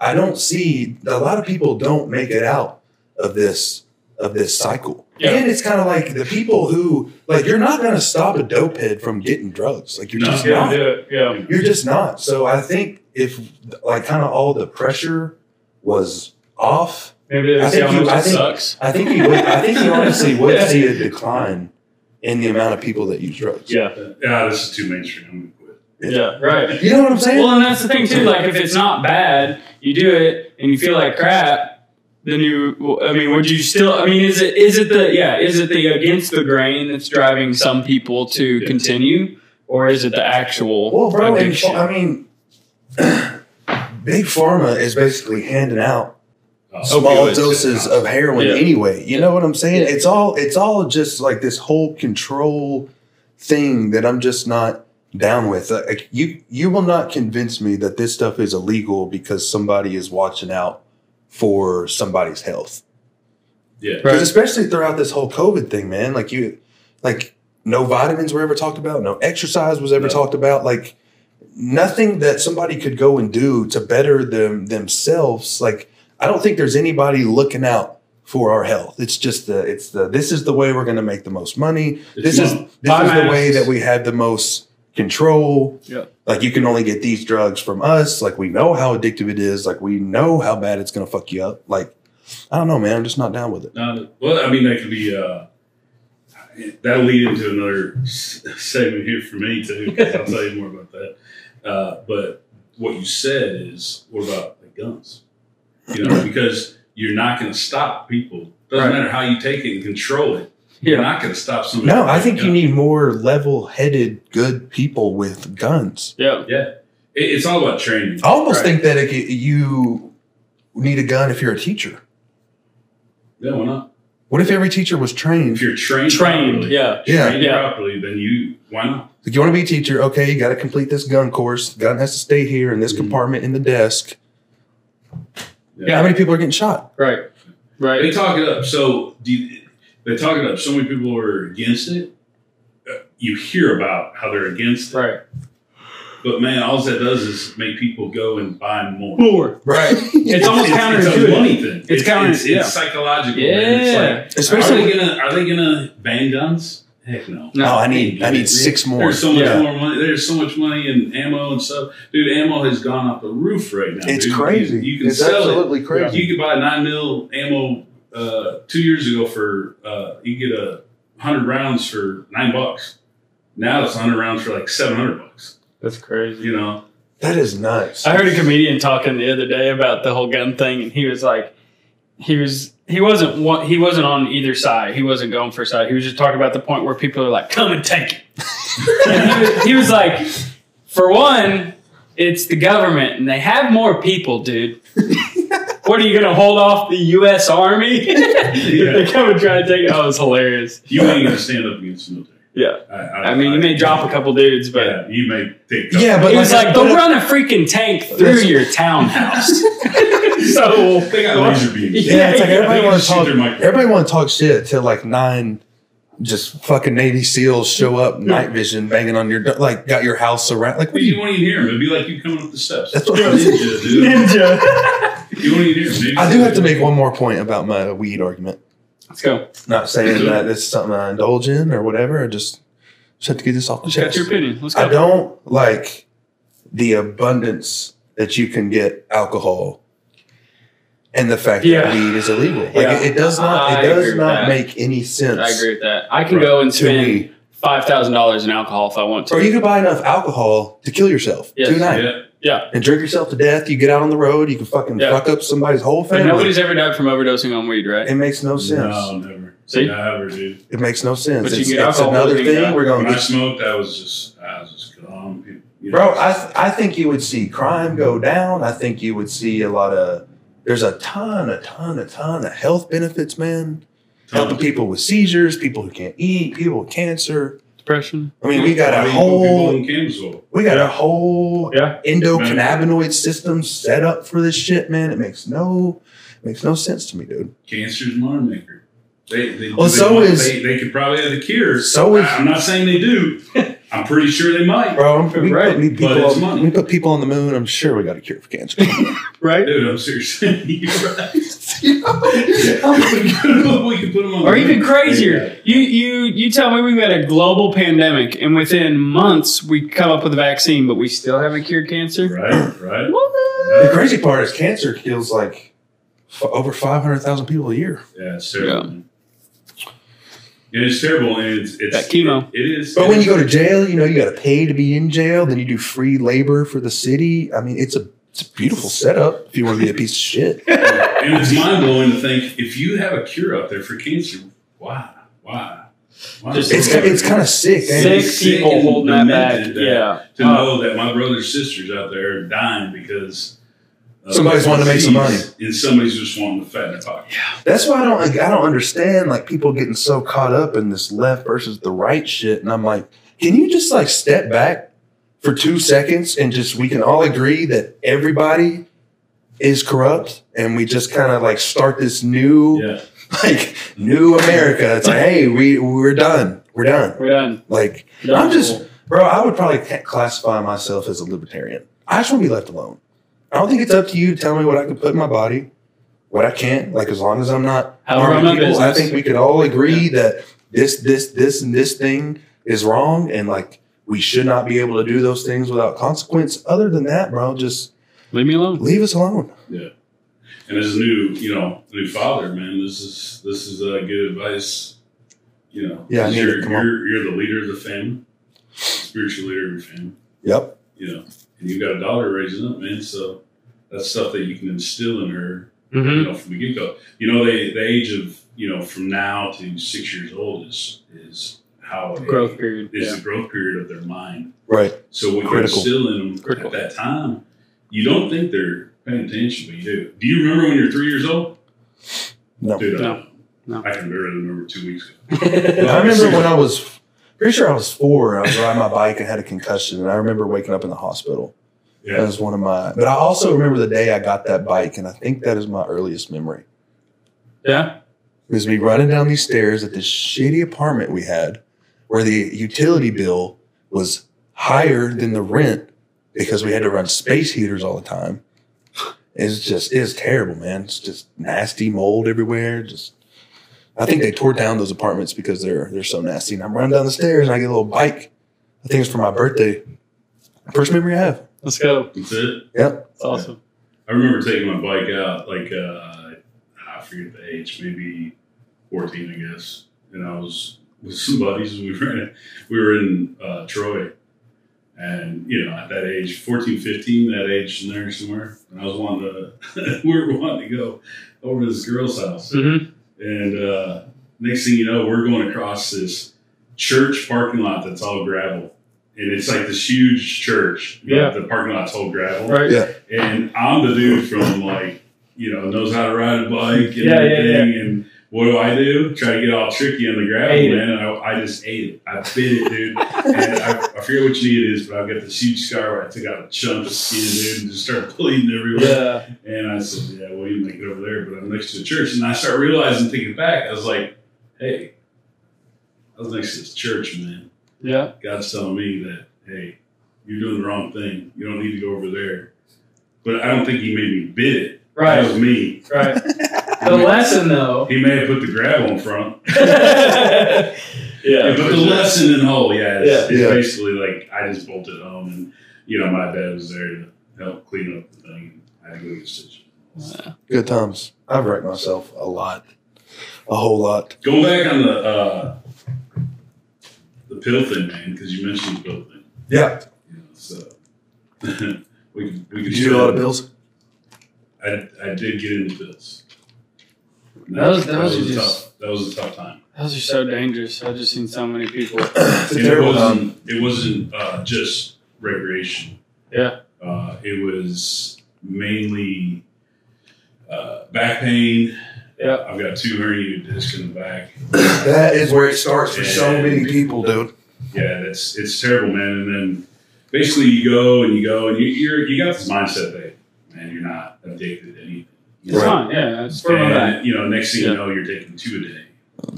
Speaker 1: I don't see a lot of people don't make it out of this of this cycle.
Speaker 2: Yeah.
Speaker 1: And it's kind of like the people who like you're not going to stop a dope head from getting drugs. Like you're
Speaker 3: No.
Speaker 1: just
Speaker 2: Yeah,
Speaker 1: not.
Speaker 2: do it. Yeah.
Speaker 1: You're just not. So I think if like kind of all the pressure was off, I
Speaker 2: Maybe they see
Speaker 1: think
Speaker 2: how
Speaker 1: you-
Speaker 2: much
Speaker 1: I
Speaker 2: it
Speaker 1: think-
Speaker 2: sucks.
Speaker 1: I think you would, I think you honestly would see a decline in the amount of people that use drugs.
Speaker 2: Yeah.
Speaker 3: Yeah, this is too mainstream. I'm gonna quit.
Speaker 2: Yeah. Right.
Speaker 1: You know what I'm saying?
Speaker 2: Well, and that's the thing too. Like, if it's not bad, you do it, and you feel like crap. Then you, I mean, would you still? I mean, is it is it the yeah? Is it the against the grain that's driving some people to
Speaker 3: Yeah.
Speaker 2: continue, or is it the actual
Speaker 1: Well, bro, and,
Speaker 2: addiction?
Speaker 1: I mean, big pharma is basically handing out
Speaker 3: Uh,
Speaker 1: small
Speaker 3: opioids.
Speaker 1: doses of heroin
Speaker 2: Yeah.
Speaker 1: anyway. You know what I'm saying?
Speaker 2: Yeah.
Speaker 1: It's all it's all just like this whole control thing that I'm just not down with. Uh, Like you you will not convince me that this stuff is illegal because somebody is watching out for somebody's health.
Speaker 3: Yeah.
Speaker 2: Right.
Speaker 1: Because especially throughout this whole COVID thing, man, like you, like no vitamins were ever talked about, no exercise was ever
Speaker 3: No.
Speaker 1: talked about, like nothing that somebody could go and do to better them themselves. Like I don't think there's anybody looking out for our health. It's just the it's the this is the way we're going to make the most money.
Speaker 3: It's
Speaker 1: this is
Speaker 3: money.
Speaker 1: this
Speaker 2: Buy
Speaker 1: is the way
Speaker 2: masks.
Speaker 1: that we have the most control.
Speaker 2: Yeah.
Speaker 1: Like you can only get these drugs from us. Like we know how addictive it is. Like we know how bad it's going to fuck you up. Like I don't know, man. I'm just not down with it.
Speaker 3: No, well, I mean that could be. Uh, that'll lead into another s- segment here for me too. 'cause I'll tell you more about that. Uh, but what you said is, what about the guns? You know, because you're not going to stop people. Doesn't
Speaker 2: Right.
Speaker 3: matter how you take it and control it. You're
Speaker 2: Yeah.
Speaker 3: not going to stop somebody.
Speaker 1: No,
Speaker 3: from
Speaker 1: I think you
Speaker 3: getting
Speaker 1: need more level-headed, good people with guns.
Speaker 2: Yeah.
Speaker 3: up. Yeah, it, it's all about training.
Speaker 1: I almost
Speaker 3: Right.
Speaker 1: think that it, you need a gun if you're a teacher.
Speaker 3: Yeah, why not?
Speaker 1: What if every teacher was trained?
Speaker 3: If you're trained,
Speaker 2: Trained.
Speaker 3: properly,
Speaker 2: Yeah.
Speaker 1: Yeah.
Speaker 3: trained
Speaker 2: Yeah.
Speaker 3: properly, then you why not?
Speaker 1: Like you want to be a teacher, okay? You got to complete this gun course. The gun has to stay here in this
Speaker 3: Mhm.
Speaker 1: compartment in the desk.
Speaker 2: Yeah.
Speaker 1: How many people are getting shot?
Speaker 2: Right.
Speaker 3: They
Speaker 2: Right.
Speaker 3: talk it up. So do you- they talk it up. So many people are against it. Uh, You hear about how they're against it,
Speaker 2: Right.
Speaker 3: but man, all that does is make people go and buy more.
Speaker 2: More.
Speaker 1: Right.
Speaker 2: It's almost
Speaker 3: it's, it's a
Speaker 2: counterintuitive.
Speaker 3: money thing. It's
Speaker 2: counter-
Speaker 3: it's,
Speaker 2: yeah.
Speaker 3: it's psychological. man. It's like,
Speaker 2: Yeah.
Speaker 1: Especially
Speaker 3: are they gonna are they gonna ban guns? Heck no.
Speaker 2: No.
Speaker 1: Oh, I need I need six more.
Speaker 3: There's so much
Speaker 2: Yeah.
Speaker 3: more money. There's so much money in ammo and stuff, dude. Ammo has gone off the roof right now.
Speaker 1: It's
Speaker 3: dude.
Speaker 1: crazy.
Speaker 3: You, you can
Speaker 1: it's
Speaker 3: sell it.
Speaker 1: absolutely crazy.
Speaker 3: You could buy nine mil ammo uh, two years ago for uh, you could get a hundred rounds for nine bucks. Now it's hundred rounds for like seven hundred bucks.
Speaker 2: That's crazy.
Speaker 3: You know,
Speaker 1: That is nuts.
Speaker 2: I heard a comedian talking the other day about the whole gun thing, and he was like, he was he wasn't one, he wasn't on either side. He wasn't going for a side. He was just talking about the point where people are like, "Come and take it." and he, was, he was like, for one, it's the government, and they have more people, dude. what are you going to hold off the U.S. Army if they come and try to take it? Oh, it's hilarious.
Speaker 3: you ain't gonna stand up against the military.
Speaker 2: Yeah,
Speaker 3: I, I-
Speaker 2: I mean, you may
Speaker 3: I-
Speaker 2: drop a couple dudes, but.
Speaker 3: Yeah, you may take.
Speaker 1: Yeah, but
Speaker 2: He was like,
Speaker 1: but
Speaker 2: "They'll run a freaking tank through
Speaker 1: That's-
Speaker 2: your townhouse." so
Speaker 3: they got laser beams.
Speaker 1: yeah, it's like
Speaker 2: Yeah,
Speaker 1: everybody
Speaker 3: they
Speaker 1: want
Speaker 3: just
Speaker 1: to
Speaker 3: shoot
Speaker 1: talk.
Speaker 3: their microphone.
Speaker 1: Everybody want to talk shit till like nine, just fucking Navy SEALs show up, night vision, banging on your do- like got your house around. Like, what
Speaker 3: Well,
Speaker 1: do
Speaker 3: you
Speaker 1: you?
Speaker 3: won't even hear him. It'd be like you coming up the steps.
Speaker 1: That's what I was-
Speaker 3: ninja, dude. You won't even hear him. Maybe
Speaker 1: I do have to make one more point about my weed argument.
Speaker 2: Let's go.
Speaker 1: Not saying that it's something I indulge in or whatever. I just just have to get this off the
Speaker 2: Let's get
Speaker 1: chest.
Speaker 2: your opinion. Let's
Speaker 1: I
Speaker 2: go.
Speaker 1: don't like the abundance that you can get alcohol and the fact
Speaker 2: Yeah.
Speaker 1: that weed is illegal. Like
Speaker 2: Yeah.
Speaker 1: it, it does not
Speaker 2: I
Speaker 1: it
Speaker 2: agree
Speaker 1: does
Speaker 2: with
Speaker 1: not
Speaker 2: that.
Speaker 1: make any sense
Speaker 2: I agree with that. I can
Speaker 3: Right.
Speaker 2: go and
Speaker 1: to
Speaker 2: spend
Speaker 1: me.
Speaker 2: five thousand dollars in alcohol if I want to.
Speaker 1: Or you can buy enough alcohol to kill yourself
Speaker 2: Yes.
Speaker 1: tonight
Speaker 3: Yeah.
Speaker 1: and drink yourself to death. You get out on the road, you can fucking
Speaker 2: Yeah.
Speaker 1: fuck up somebody's whole
Speaker 2: but
Speaker 1: family.
Speaker 2: nobody's ever died from overdosing on weed, right?
Speaker 1: it makes no sense.
Speaker 3: No, never.
Speaker 2: See?
Speaker 3: Never, dude.
Speaker 1: It makes no sense.
Speaker 2: But you
Speaker 1: It's,
Speaker 2: can get
Speaker 1: it's
Speaker 2: alcohol,
Speaker 1: another
Speaker 2: you can get
Speaker 1: thing we're going
Speaker 3: When
Speaker 1: to
Speaker 3: I smoked, I was just, I was just gone. You know,
Speaker 1: Bro, I, th- I think you would see crime go down. I think you would see a lot of, there's a ton, a ton, a ton of health benefits, man. Helping people with seizures, people who can't eat, people with cancer.
Speaker 2: Depression.
Speaker 1: I mean, we got
Speaker 3: I
Speaker 1: a
Speaker 3: mean, People
Speaker 1: whole,
Speaker 3: in Kansasville.
Speaker 1: we got a whole
Speaker 2: Yeah.
Speaker 1: endocannabinoid system set up for this shit, man. It makes no, makes no sense to me, dude.
Speaker 3: Cancer's money maker. They, they,
Speaker 1: Well,
Speaker 3: they
Speaker 1: so
Speaker 3: want-
Speaker 1: is-
Speaker 3: They, they could probably have the cure.
Speaker 1: So is-
Speaker 3: I, am not saying they do. I'm pretty sure they might.
Speaker 1: Bro, I'm, we,
Speaker 2: Right,
Speaker 1: put, we,
Speaker 3: but
Speaker 1: people,
Speaker 3: it's money.
Speaker 1: we put people on the moon. I'm sure we got a cure for cancer.
Speaker 2: Right.
Speaker 3: Dude, I'm serious. You're right.
Speaker 1: You know?
Speaker 3: we could put them on.
Speaker 2: Or
Speaker 3: the
Speaker 2: even
Speaker 3: moon.
Speaker 2: crazier, you you you tell me we've had a global pandemic, and within months we come up with a vaccine, but we still haven't cured cancer.
Speaker 3: Right, right.
Speaker 1: The crazy part is cancer kills like f- over 500,000 people a year.
Speaker 3: Yeah, it's terrible. man. It is terrible, and it's, it's
Speaker 2: That chemo.
Speaker 3: It is.
Speaker 1: But when you go to jail, you know you got to pay to be in jail. Then you do free labor for the city. I mean, it's a it's a beautiful setup if you want to be a piece of shit.
Speaker 3: and it's mind blowing to think if you have a cure out there for cancer, why, why, why?
Speaker 2: Just-
Speaker 1: It's it's kind of sick. man.
Speaker 3: Sick.
Speaker 2: Six people
Speaker 3: and
Speaker 2: holding that back.
Speaker 3: demented
Speaker 2: Yeah.
Speaker 3: that- to
Speaker 2: Uh,
Speaker 3: know that my brothers sisters out there are dying because of
Speaker 1: Somebody's wanting to make some money.
Speaker 3: disease, and somebody's just wanting to fatten the pocket.
Speaker 1: That's why I don't like, I don't understand like people getting so caught up in this left versus the right shit. And I'm like, can you just like step back for two seconds and just we can all agree that everybody is corrupt and we just kind of like start this new
Speaker 3: Yeah,
Speaker 1: like new America. It's like, hey, we we're done. We're done.
Speaker 2: We're done.
Speaker 1: Like I'm just, bro. I would probably ca- classify myself as a libertarian. I just want to be left alone. I don't think it's up to you to tell me what I can put in my body, what I can't. Like as long as I'm not
Speaker 2: How to run
Speaker 1: harming
Speaker 2: my
Speaker 1: people, I
Speaker 2: business.
Speaker 1: think we could all agree that this, this, this, and this thing is wrong, and like we should not be able to do those things without consequence. Other than that, bro, just
Speaker 2: leave me alone.
Speaker 1: leave us alone.
Speaker 3: and as a new, you know, new father, man, this is this is uh, good advice. You know,
Speaker 1: Yeah, I need it.
Speaker 3: you're,
Speaker 1: Come on.
Speaker 3: you're you're the leader of the family, spiritual leader of the family.
Speaker 1: Yep.
Speaker 3: you know, and you've got a daughter raising up, man. So that's stuff that you can instill in her,
Speaker 2: Mm-hmm.
Speaker 3: you know, from the get go. You know, they the age of you you know, from now to six years old is is how it-
Speaker 2: growth period.
Speaker 3: is
Speaker 2: Yeah.
Speaker 3: the growth period of their mind.
Speaker 1: Right.
Speaker 3: So when
Speaker 1: Critical.
Speaker 3: you're still in them
Speaker 2: Critical.
Speaker 3: at that time, you don't think they're paying attention, but you do. Do you remember when you're three years old?
Speaker 1: No.
Speaker 3: Dude, I-
Speaker 2: No. No.
Speaker 3: I can barely remember two weeks ago.
Speaker 1: I remember when I was pretty sure I was four. I was riding my bike and had a concussion, and I remember waking up in the hospital. That
Speaker 3: Yeah,
Speaker 1: was one of my. But I also remember the day I got that bike, and I think that is my earliest memory.
Speaker 2: Yeah.
Speaker 1: It was me running down these stairs at this shitty apartment we had, where the utility bill was higher than the rent because we had to run space heaters all the time. It's just it's terrible, man. It's just nasty mold everywhere. Just I think they tore down those apartments because they're they're so nasty. And I'm running down the stairs and I get a little bike. I think it's for my birthday. First memory I have.
Speaker 2: Let's go.
Speaker 3: that's it.
Speaker 1: Yep.
Speaker 2: It's awesome.
Speaker 3: I remember taking my bike out, like uh, I forget the age, maybe fourteen, I guess. And I was with some buddies. We were we were in uh, Troy, and you know, at that age, 14, 15, that age in there somewhere. And I was wanting to, we were wanting to go over to this girl's house,
Speaker 2: Mm-hmm.
Speaker 3: and uh, next thing you know, we're going across this church parking lot that's all gravel. And it's like this huge church. but
Speaker 2: Yeah.
Speaker 3: The parking lot's all gravel.
Speaker 2: Right.
Speaker 1: Yeah.
Speaker 3: And I'm the dude from like, you know, knows how to ride a bike and
Speaker 2: Yeah, yeah,
Speaker 3: everything. And what do I do? Try to get all tricky on the gravel,
Speaker 2: Ate it.
Speaker 3: man. And I, I just ate it. I bit it, dude. and I, I forget which knee it is, but I've got this huge scar where I took out a chunk of skin, dude, and just started bleeding everywhere.
Speaker 2: Yeah.
Speaker 3: And I said, yeah, well, you make it over there, but I'm next to the church. And I started realizing, thinking back, I was like, hey, I was next to this church, man.
Speaker 2: Yeah.
Speaker 3: God's telling me that, hey, you're doing the wrong thing. You don't need to go over there. But I don't think he made me bid it. That
Speaker 2: Right.
Speaker 3: was me.
Speaker 2: Right. The lesson though.
Speaker 3: He may have put the gravel in front.
Speaker 2: yeah.
Speaker 3: but the lesson in whole, yeah, it's,
Speaker 2: Yeah.
Speaker 3: it's
Speaker 1: Yeah.
Speaker 3: basically like I just bolted home and, you know, my dad was there to help clean up the thing. I had to go get stitches.
Speaker 1: Good times. I've wrecked myself a lot. A whole lot.
Speaker 3: Going back on the uh, the pill thing, man, because you mentioned the pill thing.
Speaker 1: Yeah.
Speaker 3: You know, so we could, we could
Speaker 1: Did you do a lot of bills?
Speaker 3: I, I did get into pills.
Speaker 2: That was- that was
Speaker 3: a
Speaker 2: just-
Speaker 3: tough. That was a tough time.
Speaker 2: Those are so dangerous. I've just seen so many people.
Speaker 1: It's
Speaker 3: And
Speaker 1: a
Speaker 3: it
Speaker 1: terrible Um, time.
Speaker 3: wasn't. It wasn't uh, just recreation.
Speaker 2: Yeah.
Speaker 3: Uh, it was mainly uh, back pain.
Speaker 2: Yeah.
Speaker 3: I've got two herniated discs in the back.
Speaker 1: That is where it starts for so
Speaker 3: Yeah.
Speaker 1: many people, dude.
Speaker 3: Yeah, that's it's terrible, man. And then basically you go and you go and you you're, you got this mindset that man, you're not addicted to anything.
Speaker 2: It's fine. Yeah. It's for my back.
Speaker 3: And, you know, next thing
Speaker 2: Yeah.
Speaker 3: you know, you're taking two a day.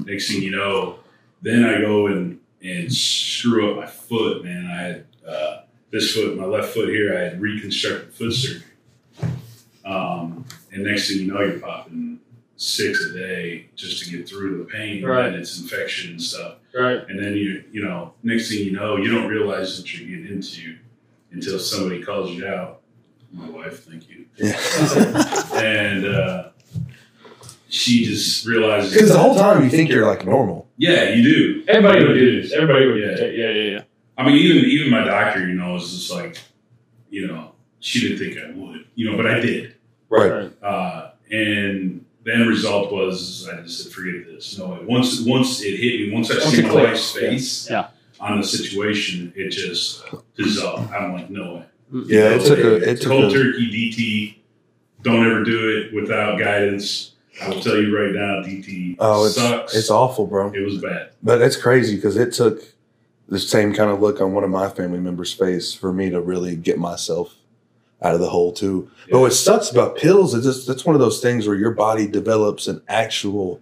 Speaker 3: Next thing you know, then I go and and screw up my foot, man. I had uh, this foot, my left foot here, I had reconstructed foot surgery. Um, and next thing you know, you're popping six a day just to get through the pain
Speaker 2: Right.
Speaker 3: and it's infection and stuff.
Speaker 2: Right.
Speaker 3: And then you, you know, next thing you know, you don't realize what you're getting into until somebody calls you out. My wife, thank you and uh, she just
Speaker 1: Because
Speaker 3: realizes,
Speaker 1: the whole time you think you're like normal.
Speaker 3: yeah, you do.
Speaker 2: Everybody would do this. Everybody would.
Speaker 3: Yeah.
Speaker 2: Yeah. Yeah. Yeah. yeah.
Speaker 3: I mean, even even my doctor, you know, is just like, you know, she didn't think I would, you know, but I did. Uh, and the end result was, I just said, forget this. No, once once it hit me, once I
Speaker 2: Once
Speaker 3: see
Speaker 2: it
Speaker 3: my
Speaker 2: clicked.
Speaker 3: wife's face
Speaker 2: Yeah.
Speaker 3: on the situation, it just dissolved. I'm like, no way.
Speaker 2: Mm-hmm.
Speaker 1: Yeah, it took a it
Speaker 3: Cold
Speaker 1: took a,
Speaker 3: turkey DT. Don't ever do it without guidance. I will tell you right now, DT
Speaker 1: oh it's
Speaker 3: sucks.
Speaker 1: it's awful, bro.
Speaker 3: It was bad.
Speaker 1: But it's crazy because it took the same kind of look on one of my family members' face for me to really get myself out of the hole too. But what sucks about pills is just that's one of those things where your body develops an actual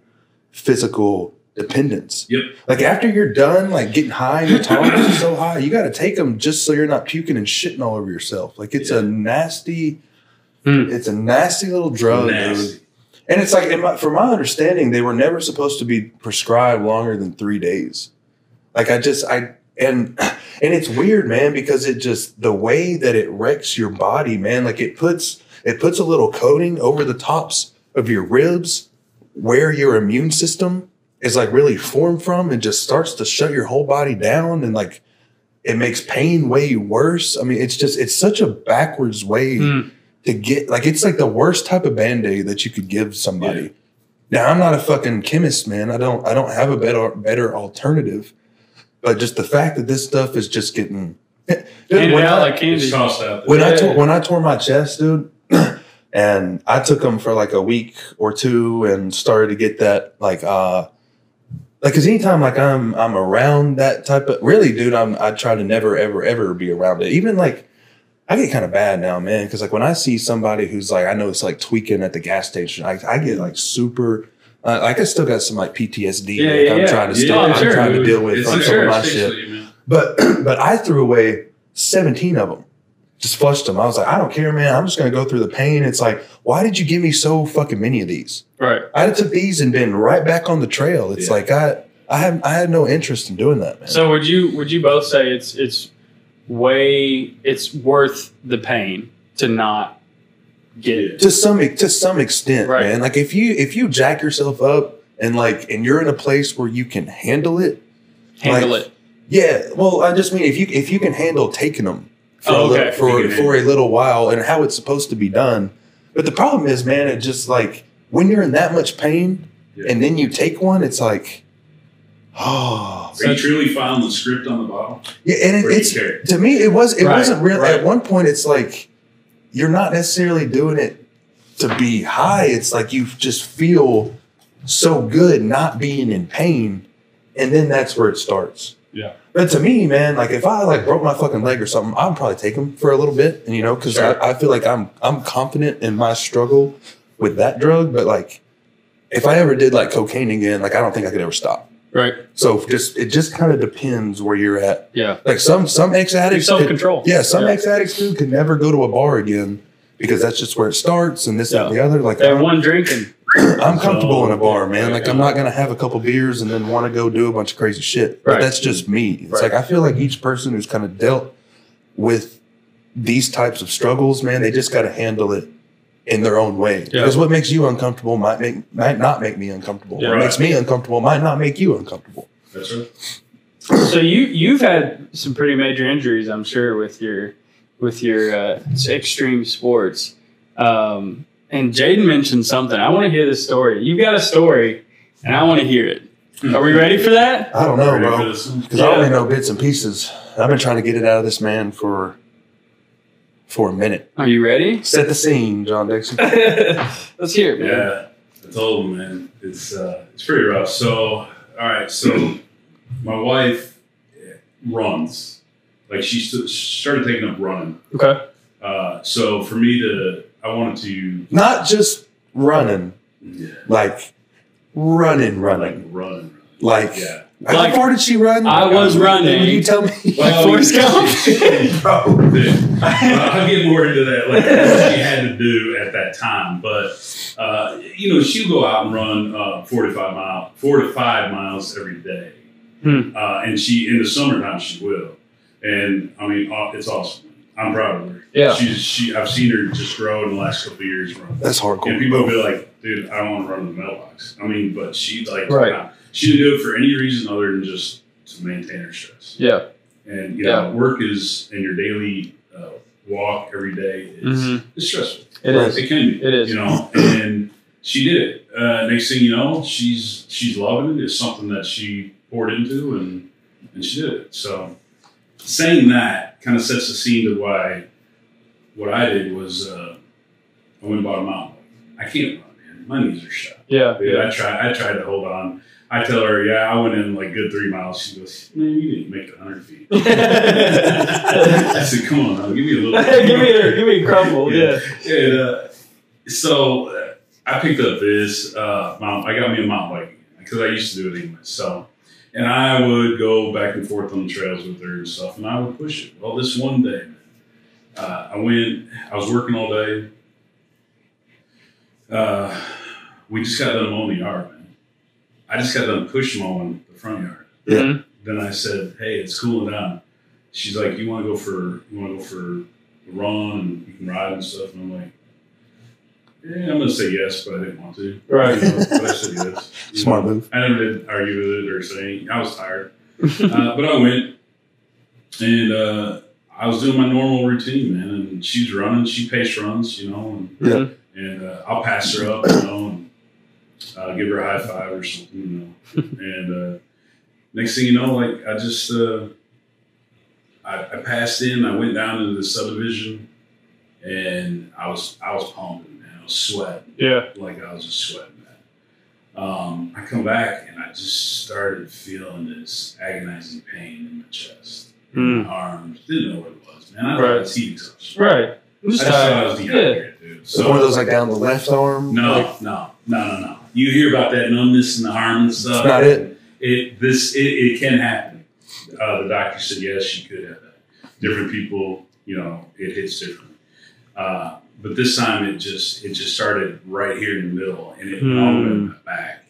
Speaker 1: physical dependence.
Speaker 3: Yep.
Speaker 1: Like after you're done, like getting high, your tolerance is so high, you got to take them just so you're not puking and shitting all over yourself. Like it's
Speaker 3: Yeah.
Speaker 1: a nasty,
Speaker 2: Hmm.
Speaker 1: it's a nasty little drug. dude.
Speaker 3: Nasty.
Speaker 1: And it's like, in my, from my understanding, they were never supposed to be prescribed longer than three days. Like I just, I and and it's weird, man, because it just the way that it wrecks your body, man. Like it puts it puts a little coating over the tops of your ribs where your immune system is like really formed from, and just starts to shut your whole body down, and like it makes pain way worse. I mean, it's just it's such a backwards way
Speaker 2: Hmm.
Speaker 1: to get like it's like the worst type of band-aid that you could give somebody Now I'm not a fucking chemist, man. I don't I don't have a better better alternative. But just the fact that this stuff is just getting Dude,
Speaker 2: Handed
Speaker 1: when
Speaker 2: out
Speaker 1: I-
Speaker 2: like candy.
Speaker 3: It's tossed out.
Speaker 1: when
Speaker 3: There.
Speaker 1: I
Speaker 2: Yeah.
Speaker 1: tore, when I tore my chest, dude, and I took them for like a week or two, and started to get that like uh, like because anytime like I'm I'm around that type of really, dude, I'm I try to never ever ever be around it. Even like I get kind of bad now, man, because like when I see somebody who's like I know it's like tweaking at the gas station, I I get like super. Uh, like I still got some like PTSD.
Speaker 2: Yeah,
Speaker 1: like,
Speaker 2: yeah,
Speaker 1: I'm
Speaker 2: yeah.
Speaker 1: trying to
Speaker 2: Yeah,
Speaker 1: stop. I'm
Speaker 2: sure,
Speaker 1: trying to
Speaker 3: dude.
Speaker 1: deal with
Speaker 3: It's
Speaker 1: from
Speaker 3: like
Speaker 1: some of my
Speaker 3: sticks
Speaker 1: shit.
Speaker 3: with you, man.
Speaker 1: But but I threw away 17 of them. Just flushed them. I was like, I don't care, man. I'm just gonna go through the pain. It's like, why did you give me so fucking many of these?
Speaker 2: Right.
Speaker 1: I'd have took these and been right back on the trail. It's
Speaker 3: Yeah.
Speaker 1: like I I have I had no interest in doing that, man.
Speaker 2: So would you would you both say it's it's way it's worth the pain to not get it?
Speaker 1: to some to some extent,
Speaker 2: Right.
Speaker 1: man. Like if you if you jack yourself up and like and you're in a place where you can handle it,
Speaker 2: Handle
Speaker 1: Like,
Speaker 2: it.
Speaker 1: Yeah, well, I just mean if you if you can handle taking them for a
Speaker 2: Oh,
Speaker 1: little,
Speaker 2: okay.
Speaker 1: for
Speaker 3: You can
Speaker 1: for a little while and how it's supposed to be done. But the problem is, man, it just like when you're in that much pain
Speaker 3: Yeah.
Speaker 1: and then you take one, it's like, oh,
Speaker 3: Are you truly following the script on the bottle?
Speaker 1: yeah, and it,
Speaker 3: Or do you
Speaker 1: it's
Speaker 3: care?
Speaker 1: to me, it was it
Speaker 2: Right,
Speaker 1: wasn't real.
Speaker 2: right.
Speaker 1: At one point, it's like you're not necessarily doing it to be high. It's like you just feel so good not being in pain, and then that's where it starts.
Speaker 3: Yeah.
Speaker 1: But to me, man, like if I like broke my fucking leg or something, I'd probably take them for a little bit, and you know, because
Speaker 2: Sure.
Speaker 1: I, I feel like I'm I'm confident in my struggle with that drug. But like, if I ever did like cocaine again, like I don't think I could ever stop.
Speaker 2: Right.
Speaker 1: So just it just kind of depends where you're at
Speaker 2: Yeah.
Speaker 1: like some some ex addicts,
Speaker 2: Self control.
Speaker 1: yeah, some ex addicts too can never go to a bar again because that's just where it starts and this that, and the other. Like
Speaker 2: That
Speaker 1: I'm,
Speaker 2: one drinking.
Speaker 1: I'm comfortable in a bar, man.
Speaker 3: Yeah.
Speaker 1: Like I'm not gonna have a couple beers and then want to go do a bunch of crazy shit. But
Speaker 2: Right.
Speaker 1: that's just me. It's
Speaker 2: Right.
Speaker 1: like I feel like each person who's kind of dealt with these types of struggles, man, they just got to handle it in their own way.
Speaker 2: Yeah.
Speaker 1: Because what makes you uncomfortable might make might not make me uncomfortable.
Speaker 2: Yeah.
Speaker 1: What makes me uncomfortable might not make you uncomfortable.
Speaker 3: That's right.
Speaker 2: So you you've had some pretty major injuries, I'm sure, with your with your uh, extreme sports. Um, and Jaden mentioned something. I want to hear this story. You've got a story, and I want to hear it. Are we ready for that?
Speaker 1: I don't know,
Speaker 3: Ready
Speaker 1: bro.
Speaker 3: for this one?
Speaker 1: Because I only know bits and pieces. I've been trying to get it out of this man for for a minute.
Speaker 2: Are you ready?
Speaker 1: Set the scene, John Dixon.
Speaker 2: Let's hear it, man.
Speaker 3: Yeah, I told him, man. It's uh, it's pretty rough. So, all right. So, my wife runs. Like she st- started taking up running.
Speaker 2: Okay.
Speaker 3: Uh, so for me to, I wanted to,
Speaker 1: Not just running,
Speaker 3: yeah,
Speaker 1: like running,
Speaker 3: like
Speaker 1: running.
Speaker 3: running.
Speaker 1: Like,
Speaker 3: Yeah.
Speaker 1: how
Speaker 2: Like,
Speaker 1: far did she run?
Speaker 2: I was running.
Speaker 1: Will you tell me?
Speaker 2: Like Forrest Gump?
Speaker 1: Bro.
Speaker 3: Dude, I'll get more into that later. What she had to do at that time, but uh, you know, she'll go out and run uh, forty-five mile, four to five miles every day,
Speaker 2: Hmm.
Speaker 3: uh, and she in the summertime she will. And I mean, aw- it's awesome. I'm proud of her.
Speaker 2: Yeah.
Speaker 3: she's she. I've seen her just grow in the last couple of years. Run.
Speaker 1: That's
Speaker 3: And people
Speaker 1: hardcore.
Speaker 3: be like, dude, I don't want to run in the mailbox. I mean, but she like,
Speaker 2: Right.
Speaker 3: nah. she didn't do it for any reason other than just to maintain her stress.
Speaker 2: Yeah.
Speaker 3: And you
Speaker 2: Yeah.
Speaker 3: know, work is and your daily uh, walk every day is
Speaker 2: Mhm.
Speaker 3: it's stressful.
Speaker 2: It is.
Speaker 3: It can be.
Speaker 2: It is.
Speaker 3: You know, and she did it. Uh, next thing you know, she's she's loving it. It's something that she poured into, and and she did it. So saying that kind of sets the scene to why what I did was uh, I went and bought a mountain bike. I can't run, man. My knees are shot.
Speaker 2: Yeah.
Speaker 3: Dude, I try. I tried to hold on. I tell her, yeah, I went in like good three miles. She goes, man, you didn't make the hundred feet. I said, come on, now, give me a little.
Speaker 2: give me a give me a crumble. Yeah.
Speaker 3: And uh, so uh, I picked up this uh, mount. I got me a mountain bike because I used to do it anyway. So, and I would go back and forth on the trails with her and stuff, and I would push it. Well, this one day, uh, I went. I was working all day. Uh, we just got done mowing the yard, man. I just got done push mowing the front yard.
Speaker 1: Yeah.
Speaker 2: Mhm.
Speaker 3: Then I said, "Hey, it's cooling down." She's like, "You want to go for you want to go for a run and you can ride and stuff?" And I'm like, "Yeah, I'm gonna say yes, but I didn't want to."
Speaker 2: Right.
Speaker 3: You know, but I said yes. You
Speaker 1: Smart
Speaker 3: know,
Speaker 1: move.
Speaker 3: I never did argue with it or say anything. I was tired, uh, but I went and uh, I was doing my normal routine, man. And she's running, she pace runs, you know, and
Speaker 1: Yeah.
Speaker 3: and uh, I'll pass her up, you know. And uh, give her a high five or something, you know. and uh, next thing you know, like I just uh, I, I passed in, I went down into the subdivision, and I was I was pumping, man, I was sweating,
Speaker 2: Yeah.
Speaker 3: like I was just sweating. man. Um, I come back and I just started feeling this agonizing pain in my chest,
Speaker 2: Mm.
Speaker 3: my arms. Didn't know what it was, man. I
Speaker 2: Right.
Speaker 3: thought it was heat exhaustion.
Speaker 2: Right. I'm
Speaker 3: I
Speaker 2: just
Speaker 3: just thought I was
Speaker 2: tired. Yeah.
Speaker 3: dehydrated, dude.
Speaker 1: So one of
Speaker 3: So
Speaker 1: those like down the left arm.
Speaker 3: no,
Speaker 1: like,
Speaker 3: no, no, no, no. You hear about that numbness and the arm and stuff.
Speaker 1: that's not it.
Speaker 3: It this it, it can happen. Uh, the doctor said yes, she could have that. Different people, you know, it hits differently. Uh, but this time it just it just started right here in the middle and it went all the way up my back.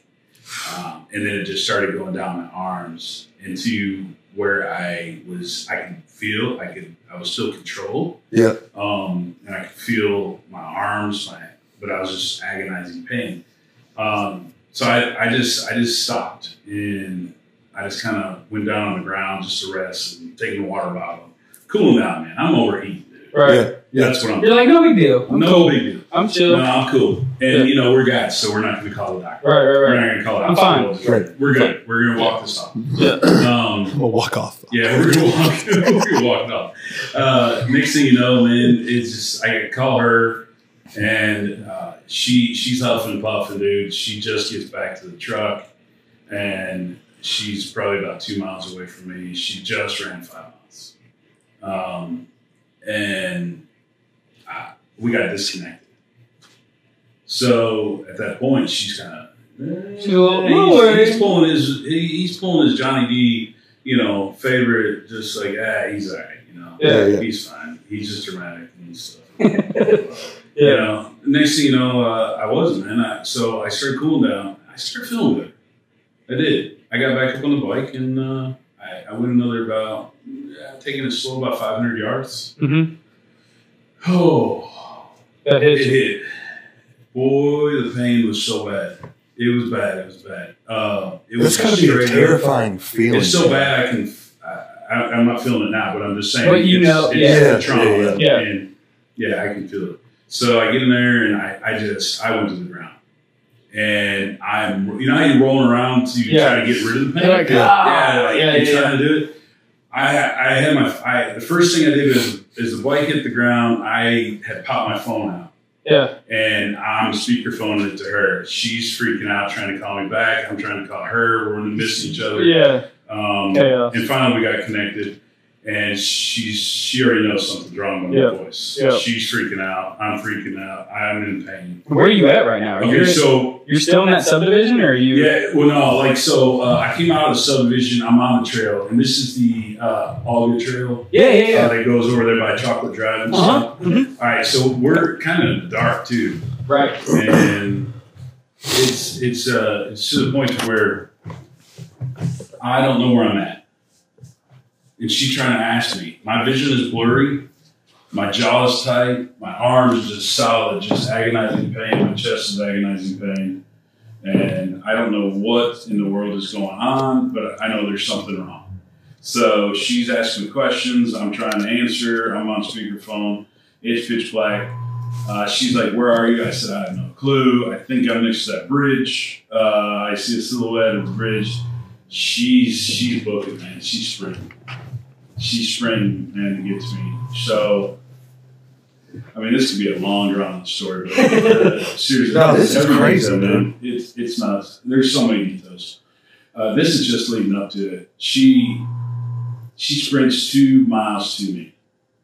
Speaker 3: Um, and then it just started going down my arms into where I was I could feel I could I was still controlled.
Speaker 1: Yeah.
Speaker 3: Um, and I could feel my arms, my, but I was just agonizing pain. Um, so I, I just I just stopped and I just kind of went down on the ground just to rest and taking a water bottle, cooling down, man. I'm overheating. dude.
Speaker 2: Right.
Speaker 1: Yeah.
Speaker 3: That's what I'm.
Speaker 2: You're like, no big deal. I'm
Speaker 3: no
Speaker 2: cool.
Speaker 3: big deal.
Speaker 2: I'm chill.
Speaker 3: No, I'm cool. And
Speaker 2: Yeah.
Speaker 3: you know we're guys, so we're not going to call the doctor.
Speaker 2: Right, right,
Speaker 3: We're
Speaker 2: right.
Speaker 3: not going to call it.
Speaker 2: I'm
Speaker 3: out.
Speaker 1: Right.
Speaker 3: We're good. We're going to walk this off.
Speaker 2: Yeah.
Speaker 1: I'm
Speaker 3: Um,
Speaker 1: gonna walk off.
Speaker 3: yeah, we're gonna walk. we're gonna walk off. Uh, next thing you know, man, it's just I call her, and uh, she she's huffing and puffing, dude. She just gets back to the truck, and she's probably about two miles away from me. She just ran five miles, um, and I, we got disconnected. So at that point, she's kind of.
Speaker 2: She's a little-
Speaker 3: he's, he's pulling his he- he's pulling his Johnny D you know, favorite, just like, ah, he's all right, you know.
Speaker 1: Yeah, yeah.
Speaker 3: He's fine. He's just dramatic and stuff. You
Speaker 2: Yeah.
Speaker 3: know, next thing you know, uh, I wasn't, man. I, so I started cooling down. I started feeling good. I did. I got back up on the bike and uh, I, I went another about, yeah, taking it slow, about 500 yards.
Speaker 2: Mm-hmm.
Speaker 3: Oh,
Speaker 2: That
Speaker 3: it
Speaker 2: hits you.
Speaker 3: hit. Boy, the pain was so bad. It was bad. It was bad. Uh, it was
Speaker 1: That's gotta be a
Speaker 3: straight up.
Speaker 1: terrifying feeling.
Speaker 3: It's so bad I can. I, I, I'm not feeling it now, but I'm just saying.
Speaker 2: But you
Speaker 3: it's,
Speaker 2: know,
Speaker 3: it's
Speaker 1: yeah.
Speaker 3: the trauma,
Speaker 1: Yeah, yeah,
Speaker 2: yeah.
Speaker 3: and yeah, I can feel it. So I get in there and I, I just I went to the ground, and I'm you know I rolling around to
Speaker 2: Yeah.
Speaker 3: try to get rid of the pain.
Speaker 2: You're like,
Speaker 1: Yeah.
Speaker 2: ah,
Speaker 3: yeah, like,
Speaker 2: yeah, yeah,
Speaker 3: you're
Speaker 2: yeah.
Speaker 3: trying to do it. I I had my I, the first thing I did is is the bike hit the ground. I had popped my phone out
Speaker 2: Yeah.
Speaker 3: and I'm speakerphoning it to her. She's freaking out, trying to call me back. I'm trying to call her. We're in the midst of each other.
Speaker 2: Yeah.
Speaker 3: Um,
Speaker 2: Chaos.
Speaker 3: and finally, we got connected, and she's she already knows something's wrong with
Speaker 2: Yeah.
Speaker 3: my voice.
Speaker 2: Yeah.
Speaker 3: She's freaking out. I'm freaking out. I'm in pain.
Speaker 2: Where are you at right now? Are
Speaker 3: Okay,
Speaker 2: you
Speaker 3: so
Speaker 2: Oh, you're still in that subdivision, or are you?
Speaker 3: yeah, well, no, like so, uh, I came out of the subdivision. I'm on the trail, and this is the uh, Alder Trail
Speaker 2: Yeah, yeah,
Speaker 3: uh, that goes over there by Chocolate Drive. And stuff.
Speaker 2: Uh huh.
Speaker 3: All right, so we're kind of dark too,
Speaker 2: Right.
Speaker 3: and it's it's uh, it's to the point to where I don't know where I'm at. And she trying to ask me. My vision is blurry. My jaw is tight. My arms are just solid, just agonizing pain. My chest is agonizing pain. And I don't know what in the world is going on, but I know there's something wrong. So she's asking me questions. I'm trying to answer. I'm on speakerphone. It's pitch black. Uh, she's like, Where are you? I said, I have no clue. I think I'm next to that bridge. Uh, I see a silhouette of the bridge she's she's booking, man. She's sprinting. She's sprinting, man, to get to me. So, I mean, this could be a long drawn story, but uh, seriously,
Speaker 1: No, this is
Speaker 3: everything's
Speaker 1: crazy,
Speaker 3: up,
Speaker 1: man.
Speaker 3: It's it's not. There's so many details. Uh, this is just leading up to it. She she sprints two miles to me.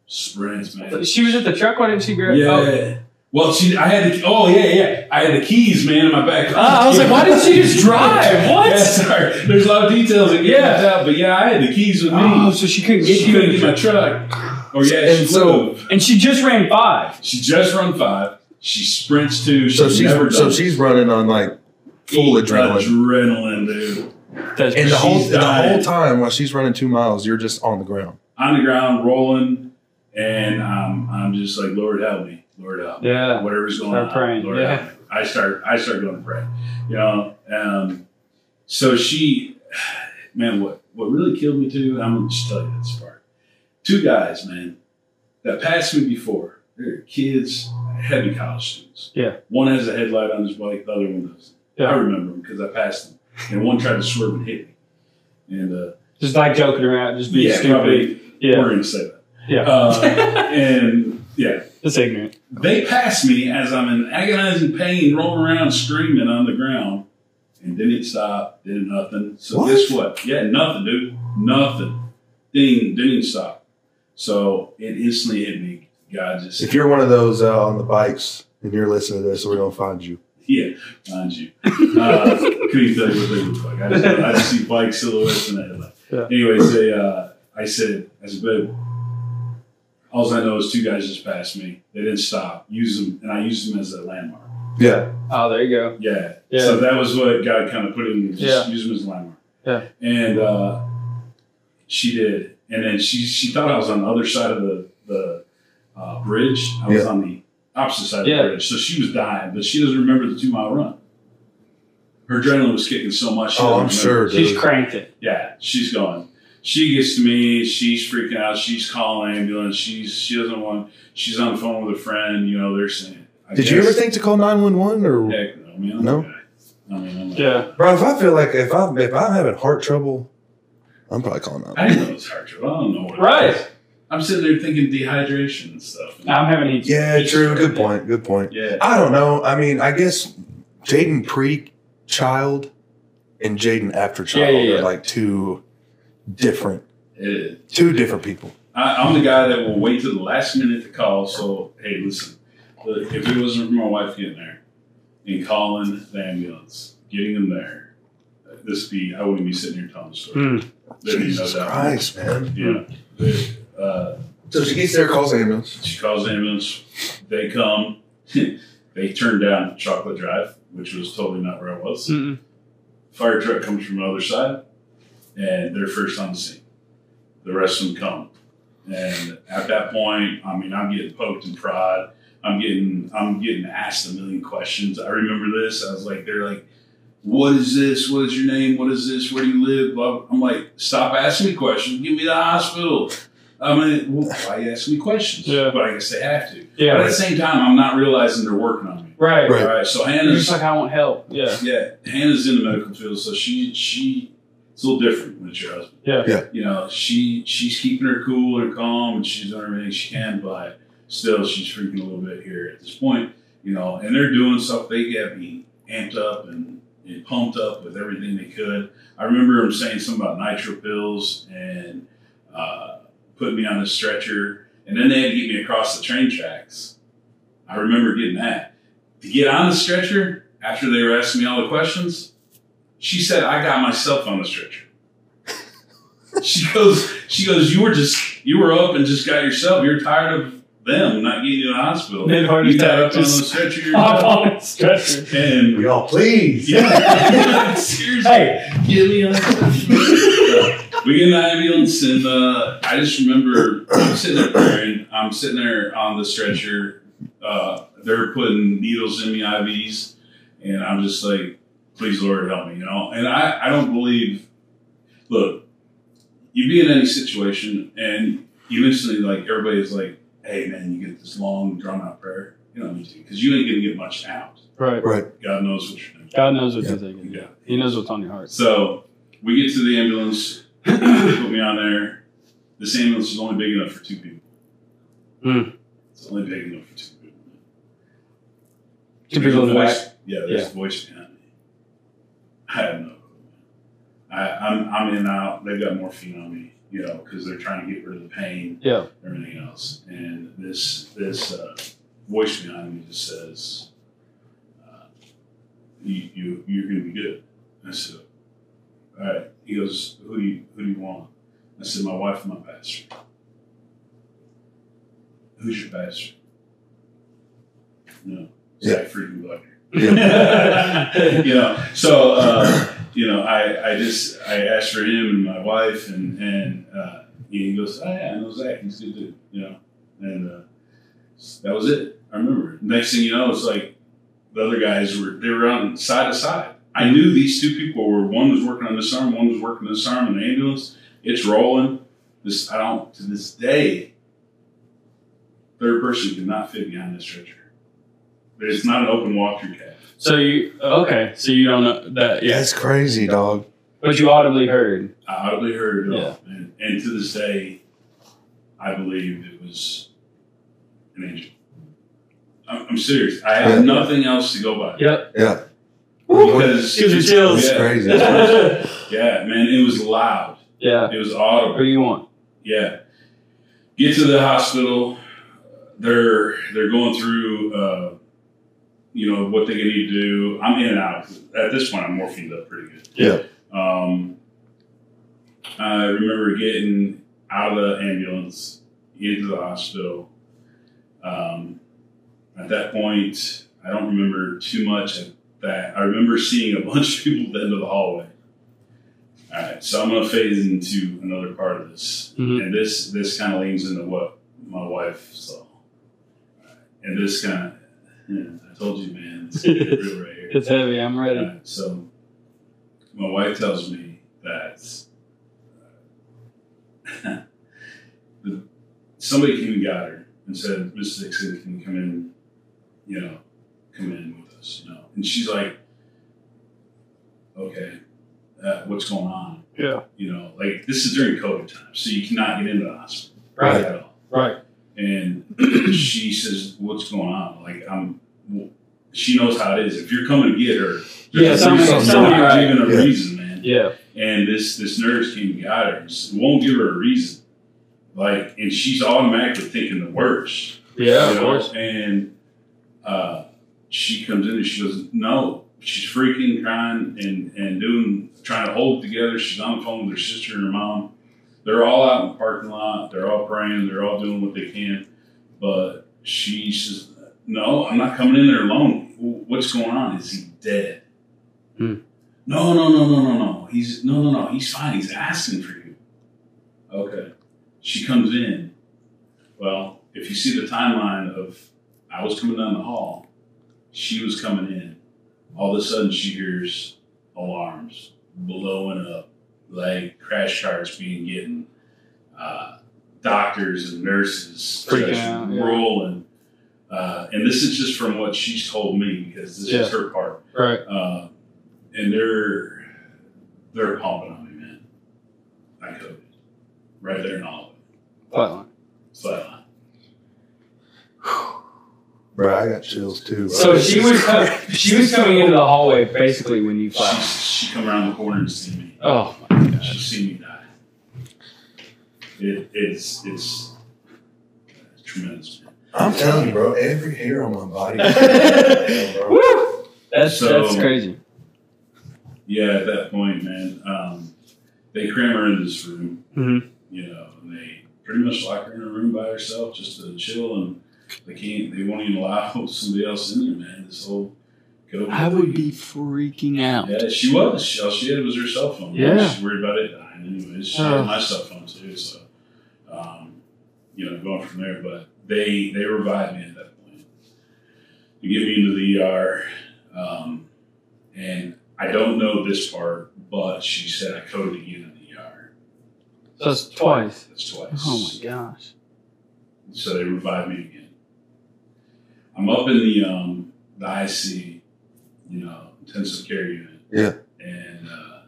Speaker 3: Sprints, man.
Speaker 2: She was at the truck. Why didn't she grab?
Speaker 3: Yeah.
Speaker 2: Oh.
Speaker 3: Well, she. I had the. Oh yeah, yeah. I had the keys, man, in my back.
Speaker 2: Ah, I was like, why didn't she just drive? What?
Speaker 3: Yeah, sorry. There's a lot of details that get
Speaker 2: Yeah.
Speaker 3: left out, but yeah, I had the keys with me.
Speaker 2: Oh, so she couldn't get
Speaker 3: she couldn't get
Speaker 2: you,
Speaker 3: my truck. Or yeah, she
Speaker 1: And so-
Speaker 3: would've.
Speaker 2: and she just ran five.
Speaker 3: she just run five. She sprints two. She's
Speaker 1: So
Speaker 3: never done
Speaker 1: she's so
Speaker 3: it.
Speaker 1: she's running on like full
Speaker 3: Eat
Speaker 1: adrenaline.
Speaker 3: Adrenaline, dude.
Speaker 2: That's
Speaker 1: And the whole
Speaker 3: She's
Speaker 1: the whole
Speaker 3: dying. time
Speaker 1: time while she's running two miles, you're just on the ground.
Speaker 3: On the ground, rolling, and um, I'm just like, Lord help me, Lord help. me.
Speaker 2: yeah.
Speaker 3: whatever's going
Speaker 2: Start
Speaker 3: on.
Speaker 2: praying,
Speaker 3: Lord,
Speaker 2: yeah.
Speaker 3: help me. I start I start going to pray. You know, um, so she, man, what what really killed me too? I'm gonna just tell you this part. Two guys, man, that passed me before. They're kids, heavy college students.
Speaker 2: Yeah.
Speaker 3: One has a headlight on his bike, the other one doesn't.
Speaker 2: Yeah.
Speaker 3: I remember him because I passed him, and one tried to swerve and hit me. And uh,
Speaker 2: Just like joking around, just being
Speaker 3: yeah,
Speaker 2: stupid.
Speaker 3: probably
Speaker 2: Yeah,
Speaker 3: we're going to say that.
Speaker 2: yeah.
Speaker 3: Uh, and yeah,
Speaker 2: That's ignorant.
Speaker 3: they pass me as I'm in agonizing pain, rolling around, screaming on the ground, and didn't stop, did nothing. So
Speaker 1: What?
Speaker 3: guess what? Yeah, nothing, dude, nothing. Didn't didn't stop. So it instantly hit me. God just
Speaker 1: If you're one of those uh, on the bikes and you're listening to this, we're gonna find you.
Speaker 3: Yeah, mind you. Uh, couldn't tell you what they look like. I just, I just see bike silhouettes in the headlight.
Speaker 2: Yeah.
Speaker 3: Anyways, they, uh, I said, I said, babe, all I know is two guys just passed me. They didn't stop. Use them, and I used them as a landmark.
Speaker 1: Yeah,
Speaker 2: Oh, there you go.
Speaker 3: Yeah.
Speaker 2: Yeah.
Speaker 3: So that was what God kind of put in. Just
Speaker 2: Yeah.
Speaker 3: use them as a landmark.
Speaker 2: Yeah.
Speaker 3: And uh, she did, and then she she thought I was on the other side of the the uh, bridge. I was on the opposite side
Speaker 2: Yeah.
Speaker 3: of the bridge, so she was dying, but she doesn't remember the two mile run. Her adrenaline was kicking so much. she
Speaker 1: oh, I'm
Speaker 3: doesn't remember.
Speaker 1: sure.
Speaker 2: She's
Speaker 1: dude.
Speaker 2: cranked it.
Speaker 3: Yeah, she's going. She gets to me. She's freaking out. She's calling ambulance. She's she doesn't want. She's on the phone with a friend. You know they're saying. I
Speaker 1: Did you ever
Speaker 3: guess-
Speaker 1: think to call nine one one or?
Speaker 3: Heck no, man. I'm
Speaker 1: No?
Speaker 3: a guy. I mean, I'm a-
Speaker 2: Yeah.
Speaker 1: Bro, if I feel like if I'm if I'm having heart trouble, I'm probably calling out.
Speaker 3: I didn't know it's hard to. I don't know what. it
Speaker 2: Right. Ah.
Speaker 3: is. I'm sitting there thinking dehydration and stuff.
Speaker 2: I'm having heat.
Speaker 1: Yeah, true. Good point. Good point.
Speaker 3: Yeah.
Speaker 1: I don't know. I mean, I guess Jaden pre child and Jaden after
Speaker 2: Yeah,
Speaker 1: child
Speaker 2: yeah, yeah.
Speaker 1: are like two different
Speaker 3: It-
Speaker 1: two different people.
Speaker 3: I, I'm the guy that will wait till the last minute to call. So hey, listen, look, if it wasn't for my wife getting there and calling the ambulance, getting them there, this be I wouldn't be sitting here telling the story.
Speaker 2: Hmm.
Speaker 3: There'd be no
Speaker 1: Jesus
Speaker 3: doubt.
Speaker 1: Christ, man.
Speaker 3: Yeah. Uh,
Speaker 1: So she gets there, calls ambulance.
Speaker 3: She calls the ambulance. They come. they turn down Chocolate Drive, which was totally not where I was.
Speaker 2: Mm-mm.
Speaker 3: Fire truck comes from the other side, and they're first on the scene. The rest of them come, and at that point, I mean, I'm getting poked and prod. I'm getting, I'm getting asked a million questions. I remember this. I was like, they're like, "What is this? What is your name? What is this? Where do you live?" Blah- I'm like, "Stop asking me questions. Give me the hospital." I mean, well, why you asking me questions?
Speaker 2: Yeah.
Speaker 3: But I guess they have to.
Speaker 2: Yeah.
Speaker 3: But at the same time, I'm not realizing they're working on me.
Speaker 2: Right.
Speaker 1: Right.
Speaker 3: All right. So
Speaker 2: You're
Speaker 3: Hannah's
Speaker 2: just like I want help. Yeah.
Speaker 3: yeah, Hannah's in the medical field, so she she it's a little different when it's your husband.
Speaker 2: Yeah.
Speaker 1: Yeah.
Speaker 3: You know, she she's keeping her cool and calm, and she's doing everything she can, but still she's freaking a little bit here at this point. You know, and they're doing stuff. They got me amped up and, and pumped up with everything they could. I remember them saying something about nitro pills and uh, putting me on the stretcher, and then they had to get me across the train tracks. I remember getting that to get on the stretcher after they were asking me all the questions, she said, I got myself on the stretcher. she goes, she goes, you were just, you were up and just got yourself. You're tired of them not getting you to the hospital.
Speaker 2: Mid heart
Speaker 3: you got
Speaker 2: attack,
Speaker 3: up on the
Speaker 2: just-
Speaker 3: stretcher
Speaker 2: Hop
Speaker 3: yourself.
Speaker 2: on a stretcher.
Speaker 3: And
Speaker 1: all please.
Speaker 3: yeah, seriously,
Speaker 2: Hey.
Speaker 3: get me on the stretcher. we get an ambulance, and uh, I just remember I'm sitting there, and I'm sitting there on the stretcher. Uh, they're putting needles in me, IVs and I'm just like, please Lord help me, you know. And I, I don't believe. Look, you be in any situation, and you instantly like everybody's like, hey man, you get this long drawn out prayer, you know, because you ain't gonna get much out.
Speaker 2: Right.
Speaker 1: Right.
Speaker 3: God knows what you're doing.
Speaker 2: God knows what
Speaker 1: Yeah.
Speaker 2: you're thinking.
Speaker 3: Yeah.
Speaker 2: He knows what's on your heart.
Speaker 3: So we get to the ambulance, they put me on there. This ambulance is only big enough for two people.
Speaker 2: Hmm.
Speaker 3: It's only big enough for two people.
Speaker 2: Two people in the
Speaker 3: There's a
Speaker 2: back.
Speaker 3: voice- Yeah, there's a voice behind me. I have no clue. I, I'm, I'm in and out. They've got morphine on me, you know, because they're trying to get rid of the pain,
Speaker 2: Yeah.
Speaker 3: everything else. And this this uh, voice behind me just says, uh, you, you, You're going to be good. I said, All right. He goes, who do, you, who do you want? I said, My wife and my pastor. Who's your pastor? No. Yeah.
Speaker 1: Yeah.
Speaker 3: freaking Buckner
Speaker 2: Yeah.
Speaker 3: you know, so uh, you know, I, I just I asked for him and my wife, and and uh, he goes, oh, yeah, I know Zach, he's a good dude, you know, and uh, that was it. I remember. Next thing you know, it's like the other guys were they were on side to side. I knew these two people were one was working on this arm, one was working on this arm in the ambulance. It's rolling. This I don't to this day. Third person could not fit behind this stretcher. It's not an open walkthrough cat.
Speaker 2: So you okay? So you don't know that? Yeah,
Speaker 1: That's crazy, dog.
Speaker 2: but you audibly heard.
Speaker 3: I audibly heard it all,
Speaker 2: Yeah.
Speaker 3: man. And to this day, I believe it was an angel. I'm, I'm serious. I have
Speaker 1: Yeah.
Speaker 3: nothing else to go by.
Speaker 2: Yep.
Speaker 1: Yeah.
Speaker 3: Because
Speaker 2: Gives me chills.
Speaker 1: That's
Speaker 3: Yeah.
Speaker 1: crazy.
Speaker 3: Yeah, man, it was loud.
Speaker 2: yeah.
Speaker 3: It was
Speaker 2: Who
Speaker 3: audible.
Speaker 2: you want?
Speaker 3: Yeah. Get to the hospital. They're they're going through, uh, you know, what they need to do. I'm in and out. At this point, I'm morphined up pretty good.
Speaker 1: Yeah.
Speaker 3: Um, I remember getting out of the ambulance into the hospital. Um, at that point, I don't remember too much of that. I remember seeing a bunch of people at the end of the hallway. All right, so I'm gonna phase into another part of this,
Speaker 2: Mhm.
Speaker 3: and this this kind of leans into what my wife saw, All right, and this kind of I told you, man, it's gonna get real right here.
Speaker 2: It's heavy. I'm ready.
Speaker 3: Right, so my wife tells me that uh, the- somebody came and got her and said, Mrs. Dixon can you come in, you know, come in with us. You know? And she's like, okay, uh, what's going on?
Speaker 2: Yeah.
Speaker 3: You know, like this is during COVID time, so you cannot get into the hospital
Speaker 1: Right.
Speaker 3: at all
Speaker 2: Right.
Speaker 3: and she says, "What's going on?" Like I'm, she knows how it is. If you're coming to get her,
Speaker 2: Yeah,
Speaker 3: there's a
Speaker 1: somebody-
Speaker 3: reason.
Speaker 1: somebody-
Speaker 3: There's not even a
Speaker 1: Yeah.
Speaker 3: reason, man.
Speaker 2: Yeah.
Speaker 3: And this this nurse came and got her. and s- Won't give her a reason. Like, and she's automatically thinking the worst.
Speaker 2: Yeah.
Speaker 3: you
Speaker 2: Of
Speaker 3: know?
Speaker 2: course.
Speaker 3: And uh, she comes in and she goes, "No." She's freaking crying and and doing trying to hold it together. She's on the phone with her sister and her mom they're all out in the parking lot. They're all praying. They're all doing what they can. But she says, "No, I'm not coming in there alone. W- What's going on? Is he dead?
Speaker 2: Hmm.
Speaker 3: No, no, no, no, no, no. He's no, no, no. He's fine. He's asking for you. Okay. She comes in. Well, if you see the timeline of I was coming down the hall, she was coming in. All of a sudden, she hears alarms blowing up like crash carts being getting uh, doctors and nurses
Speaker 2: Freaking
Speaker 3: just
Speaker 2: out, yeah.
Speaker 3: rolling. Uh, and this is just from what she's told me because this
Speaker 2: Yeah.
Speaker 3: is her part.
Speaker 2: Right.
Speaker 3: Uh, and they're they're pumping on me, man. I COVID right there in all of it.
Speaker 2: Flatline.
Speaker 3: Flatline.
Speaker 1: Bro, I got chills too. Bro.
Speaker 2: So she was co- she was coming into the hallway basically when you
Speaker 3: She,
Speaker 2: flashed.
Speaker 3: she come around the corner and see me.
Speaker 2: Oh my gosh.
Speaker 3: She see me die. It, it's it's tremendous. man.
Speaker 1: I'm telling you, bro, every hair on my body. bro.
Speaker 2: Woo! That's
Speaker 3: So-
Speaker 2: that's crazy.
Speaker 3: Yeah, at that point, man, um, they cram her in this room.
Speaker 2: Mm-hmm.
Speaker 3: you know, and they pretty much lock her in a room by herself just to chill, and they can't, they won't even allow somebody else in there, man. This whole COVID.
Speaker 2: I would
Speaker 3: thing.
Speaker 2: be freaking out.
Speaker 3: Yeah, she was. She, all she had was her cell phone.
Speaker 2: Yeah.
Speaker 3: She's worried about it dying, anyways. She
Speaker 2: Oh.
Speaker 3: had my cell phone too, so um, you know, going from there. But they they revived me at that point. They get me into the ER, um, and I don't know this part, but she said I coded again in the ER.
Speaker 2: That's twice.
Speaker 3: That's twice.
Speaker 2: Oh my gosh.
Speaker 3: so they revived me again. I'm up in the um, the IC, you know, intensive care unit.
Speaker 1: Yeah.
Speaker 3: And uh,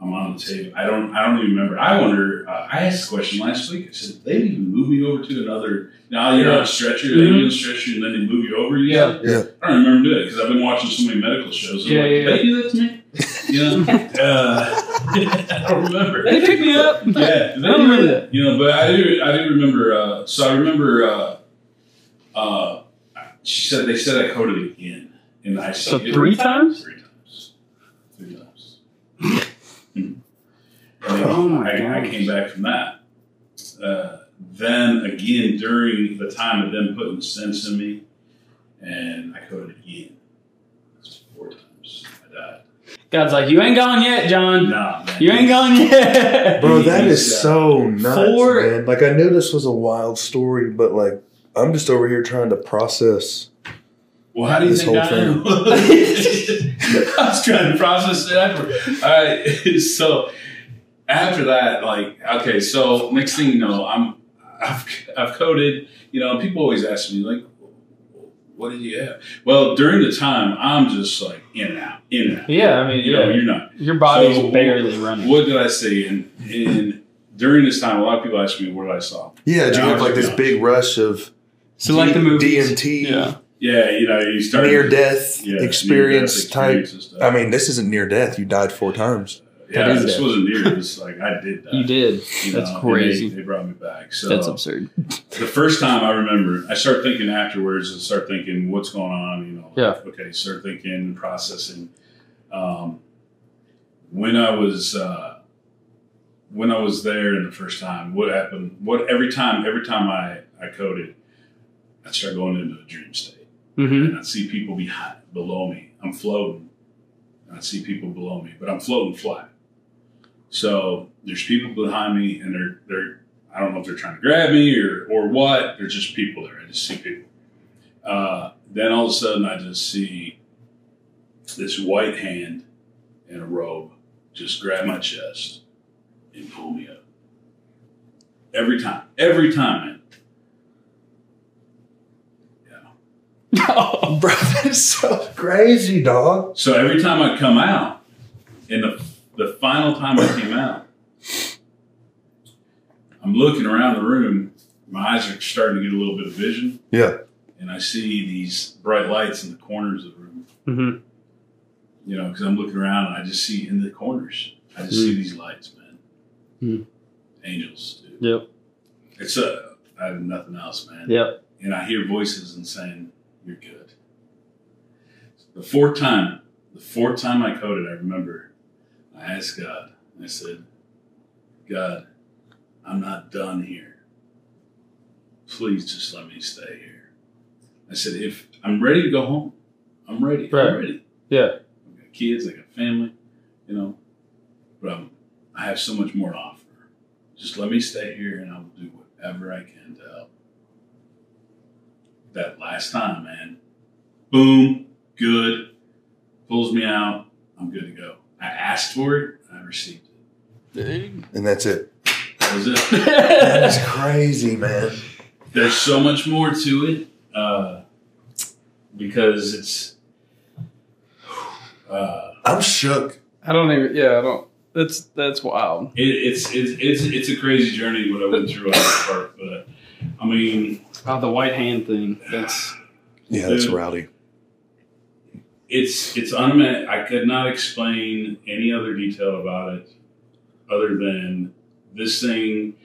Speaker 3: I'm on the table. I don't. I don't even remember. I wonder. Uh, I asked the question last week. I said they didn't even move me over to another. Now you're on a stretcher. They
Speaker 2: Mhm.
Speaker 3: didn't stretch you, and then they move you over. You
Speaker 2: Yeah.
Speaker 1: Yeah.
Speaker 3: I don't remember doing it because I've been watching so many medical shows. I'm
Speaker 2: Yeah,
Speaker 3: like,
Speaker 2: yeah,
Speaker 3: They do that to me. Yeah. uh, I don't remember
Speaker 2: They picked me up.
Speaker 3: yeah,
Speaker 2: I don't remember that.
Speaker 3: You know, but I do. I do remember. Uh, so I remember. Uh, uh, she said they said I coded again, and I
Speaker 2: So
Speaker 3: said
Speaker 2: three times?
Speaker 3: Three times. Three times.
Speaker 2: Oh my
Speaker 3: I, I
Speaker 2: gosh.
Speaker 3: came back from that. Uh, then again, during the time of them putting sense in me, and I coded again. That's four times. I died.
Speaker 2: God's like, you ain't gone yet, John.
Speaker 3: Nah, man.
Speaker 2: You ain't gone yet.
Speaker 1: Bro, that is so nuts,
Speaker 2: Four-
Speaker 1: man. Like I knew this was a wild story, but like I'm just over here trying to process.
Speaker 3: Well, how do you
Speaker 1: This
Speaker 3: think
Speaker 1: whole
Speaker 3: I am? I was trying to process it after. All right, so after that, like, okay, so next thing you know, I'm I've, I've coded. You know, people always ask me like, what did you have? Well, during the time, I'm just like in and out, in and out.
Speaker 2: Yeah, I mean,
Speaker 3: You
Speaker 2: yeah,
Speaker 3: know, you're not.
Speaker 2: your body's
Speaker 3: So-
Speaker 2: barely running.
Speaker 3: What did I say? And and during this time, a lot of people ask me what did I saw.
Speaker 1: Yeah, do you
Speaker 3: Yeah,
Speaker 1: have like this
Speaker 3: yeah.
Speaker 1: big rush of
Speaker 2: so like the movies,
Speaker 1: DMT,
Speaker 2: Yeah.
Speaker 3: Yeah, you know, you start
Speaker 1: near death
Speaker 3: yeah,
Speaker 1: experience type?
Speaker 3: type.
Speaker 1: I mean, this isn't near death. You died four times.
Speaker 3: yeah,
Speaker 2: that is
Speaker 3: this
Speaker 2: death.
Speaker 3: wasn't near. It was like I did that.
Speaker 2: you did. That's crazy.
Speaker 3: They, they brought me back. So
Speaker 2: That's absurd.
Speaker 3: the first time I remember, I start thinking afterwards and start thinking what's going on, you know. like,
Speaker 2: Yeah.
Speaker 3: Okay, start thinking and processing. Um, when I was uh, when I was there in the first time, what happened? What every time, every time I I coded, I start going into a dream state
Speaker 2: hmm
Speaker 3: and I see people behind below me. I'm floating, and I see people below me, but I'm floating flat. So there's people behind me, and they're they're I don't know if they're trying to grab me or or what. There's just people there. I just see people. Uh, then all of a sudden, I just see this white hand in a robe just grab my chest and pull me up. Every time, every time, man.
Speaker 2: Oh,
Speaker 1: Bro, that's so crazy, dog.
Speaker 3: So every time I come out, and the the final time I came out, I'm looking around the room. My eyes are starting to get a little bit of vision,
Speaker 1: Yeah.
Speaker 3: and I see these bright lights in the corners of the room.
Speaker 2: hmm
Speaker 3: You know, because I'm looking around, and I just see in the corners. I just see these lights, man.
Speaker 2: Mm.
Speaker 3: Angels, dude.
Speaker 2: Yep.
Speaker 3: It's a. I have nothing else, man.
Speaker 2: Yep.
Speaker 3: and I hear voices and saying, "You're good." The fourth time, the fourth time I coded, I remember, I asked God. I said, "God, I'm not done here. Please just let me stay here." I said, "If I'm ready to go home, I'm ready.
Speaker 2: Right.
Speaker 3: I'm ready.
Speaker 2: Yeah.
Speaker 3: I've got kids. I got family. You know, but I'm, I have so much more to offer. Just let me stay here, and I will do whatever I can to help." that last time, man. Boom, good, pulls me out. I'm good to go. I asked for it, I received it.
Speaker 1: And that's it.
Speaker 3: That was it.
Speaker 1: That is crazy, man.
Speaker 3: There's so much more to it uh, because it's. Uh,
Speaker 1: I'm shook.
Speaker 2: I don't even. Yeah, I don't. That's that's wild.
Speaker 3: it, it's, it's it's it's a crazy journey what I went through on that part, but I mean
Speaker 2: Oh, the white hand thing. That's
Speaker 1: Yeah, that's
Speaker 3: Dude.
Speaker 1: rowdy.
Speaker 3: it's it's unmet. I could not explain any other detail about it other than this thing.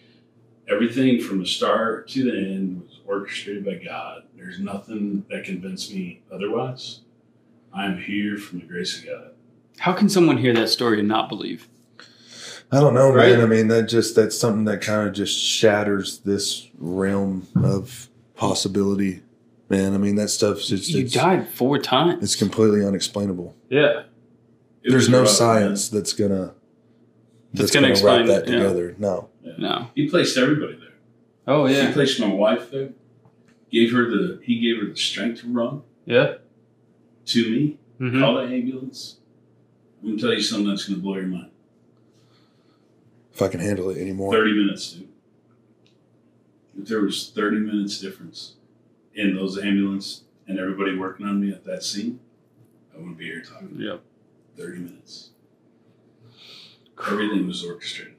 Speaker 3: Everything from the start to the end was orchestrated by God. There's nothing that convinced me otherwise. I'm here from the grace of God.
Speaker 2: how can someone hear that story and not believe?
Speaker 1: I don't know,
Speaker 2: Right?
Speaker 1: man. I mean, that just that's something that kind of just shatters this realm of possibility, man. I mean, that stuff's just
Speaker 2: you
Speaker 1: it's,
Speaker 2: died four times.
Speaker 1: it's completely unexplainable.
Speaker 2: Yeah.
Speaker 3: It
Speaker 1: There's
Speaker 3: was
Speaker 1: no
Speaker 3: rough, man.
Speaker 1: science that's gonna
Speaker 2: That's gonna
Speaker 1: wrap
Speaker 2: explain it,
Speaker 1: that
Speaker 2: yeah.
Speaker 1: together. No,
Speaker 2: No.
Speaker 3: He placed everybody there.
Speaker 2: Oh
Speaker 3: He
Speaker 2: yeah.
Speaker 3: placed my wife there. Gave her the. He gave her the strength to run
Speaker 2: Yeah.
Speaker 3: to me.
Speaker 2: hmm
Speaker 3: Call the ambulance. I'm gonna tell you something that's gonna blow your mind.
Speaker 1: if I can handle it anymore,
Speaker 3: 30 minutes, dude. If there was 30 minutes difference in those ambulance and everybody working on me at that scene, I wouldn't be here talking.
Speaker 2: Yeah.
Speaker 3: 30 minutes. Everything was orchestrated.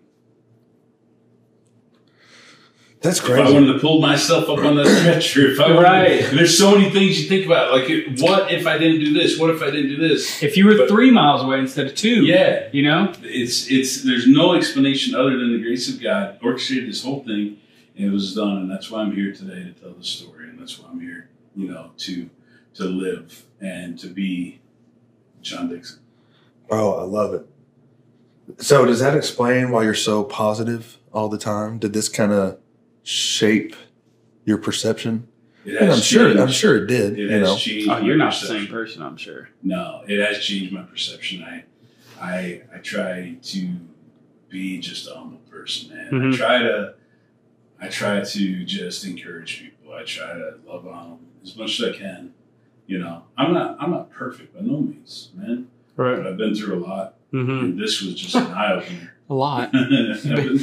Speaker 1: that's
Speaker 3: If I
Speaker 1: crazy.
Speaker 3: wanted to pull myself up on that stretcher, if I wanted,
Speaker 2: Right.
Speaker 3: and there's so many things you think about. Like, it- what if I didn't do this? What if I didn't do this?
Speaker 2: If you were
Speaker 3: But-
Speaker 2: three miles away instead of two.
Speaker 3: Yeah,
Speaker 2: You know.
Speaker 3: it's it's there's no explanation other than the grace of God orchestrated this whole thing and it was done and that's why I'm here today to tell the story and that's why I'm here you know to to live and to be John Dixon
Speaker 1: Oh, I love it. So, does that explain why you're so positive all the time? Did this kind of shape your perception?
Speaker 3: it
Speaker 1: And I'm sure. I'm
Speaker 3: changed-
Speaker 1: sure it did.
Speaker 3: it
Speaker 1: you
Speaker 3: has
Speaker 1: know,
Speaker 3: changed
Speaker 2: Oh,
Speaker 3: my
Speaker 2: you're not the
Speaker 3: perception.
Speaker 2: same person. I'm sure.
Speaker 3: no it has changed my perception I I I try to be just a humble person man
Speaker 2: Mhm.
Speaker 3: I try to I try to just encourage people I try to love on them as much as I can you know I'm not I'm not perfect by no means man but
Speaker 2: Right.
Speaker 3: I've been through a lot
Speaker 2: Mm-hmm.
Speaker 3: and this was just an eye opener
Speaker 2: A lot.
Speaker 3: a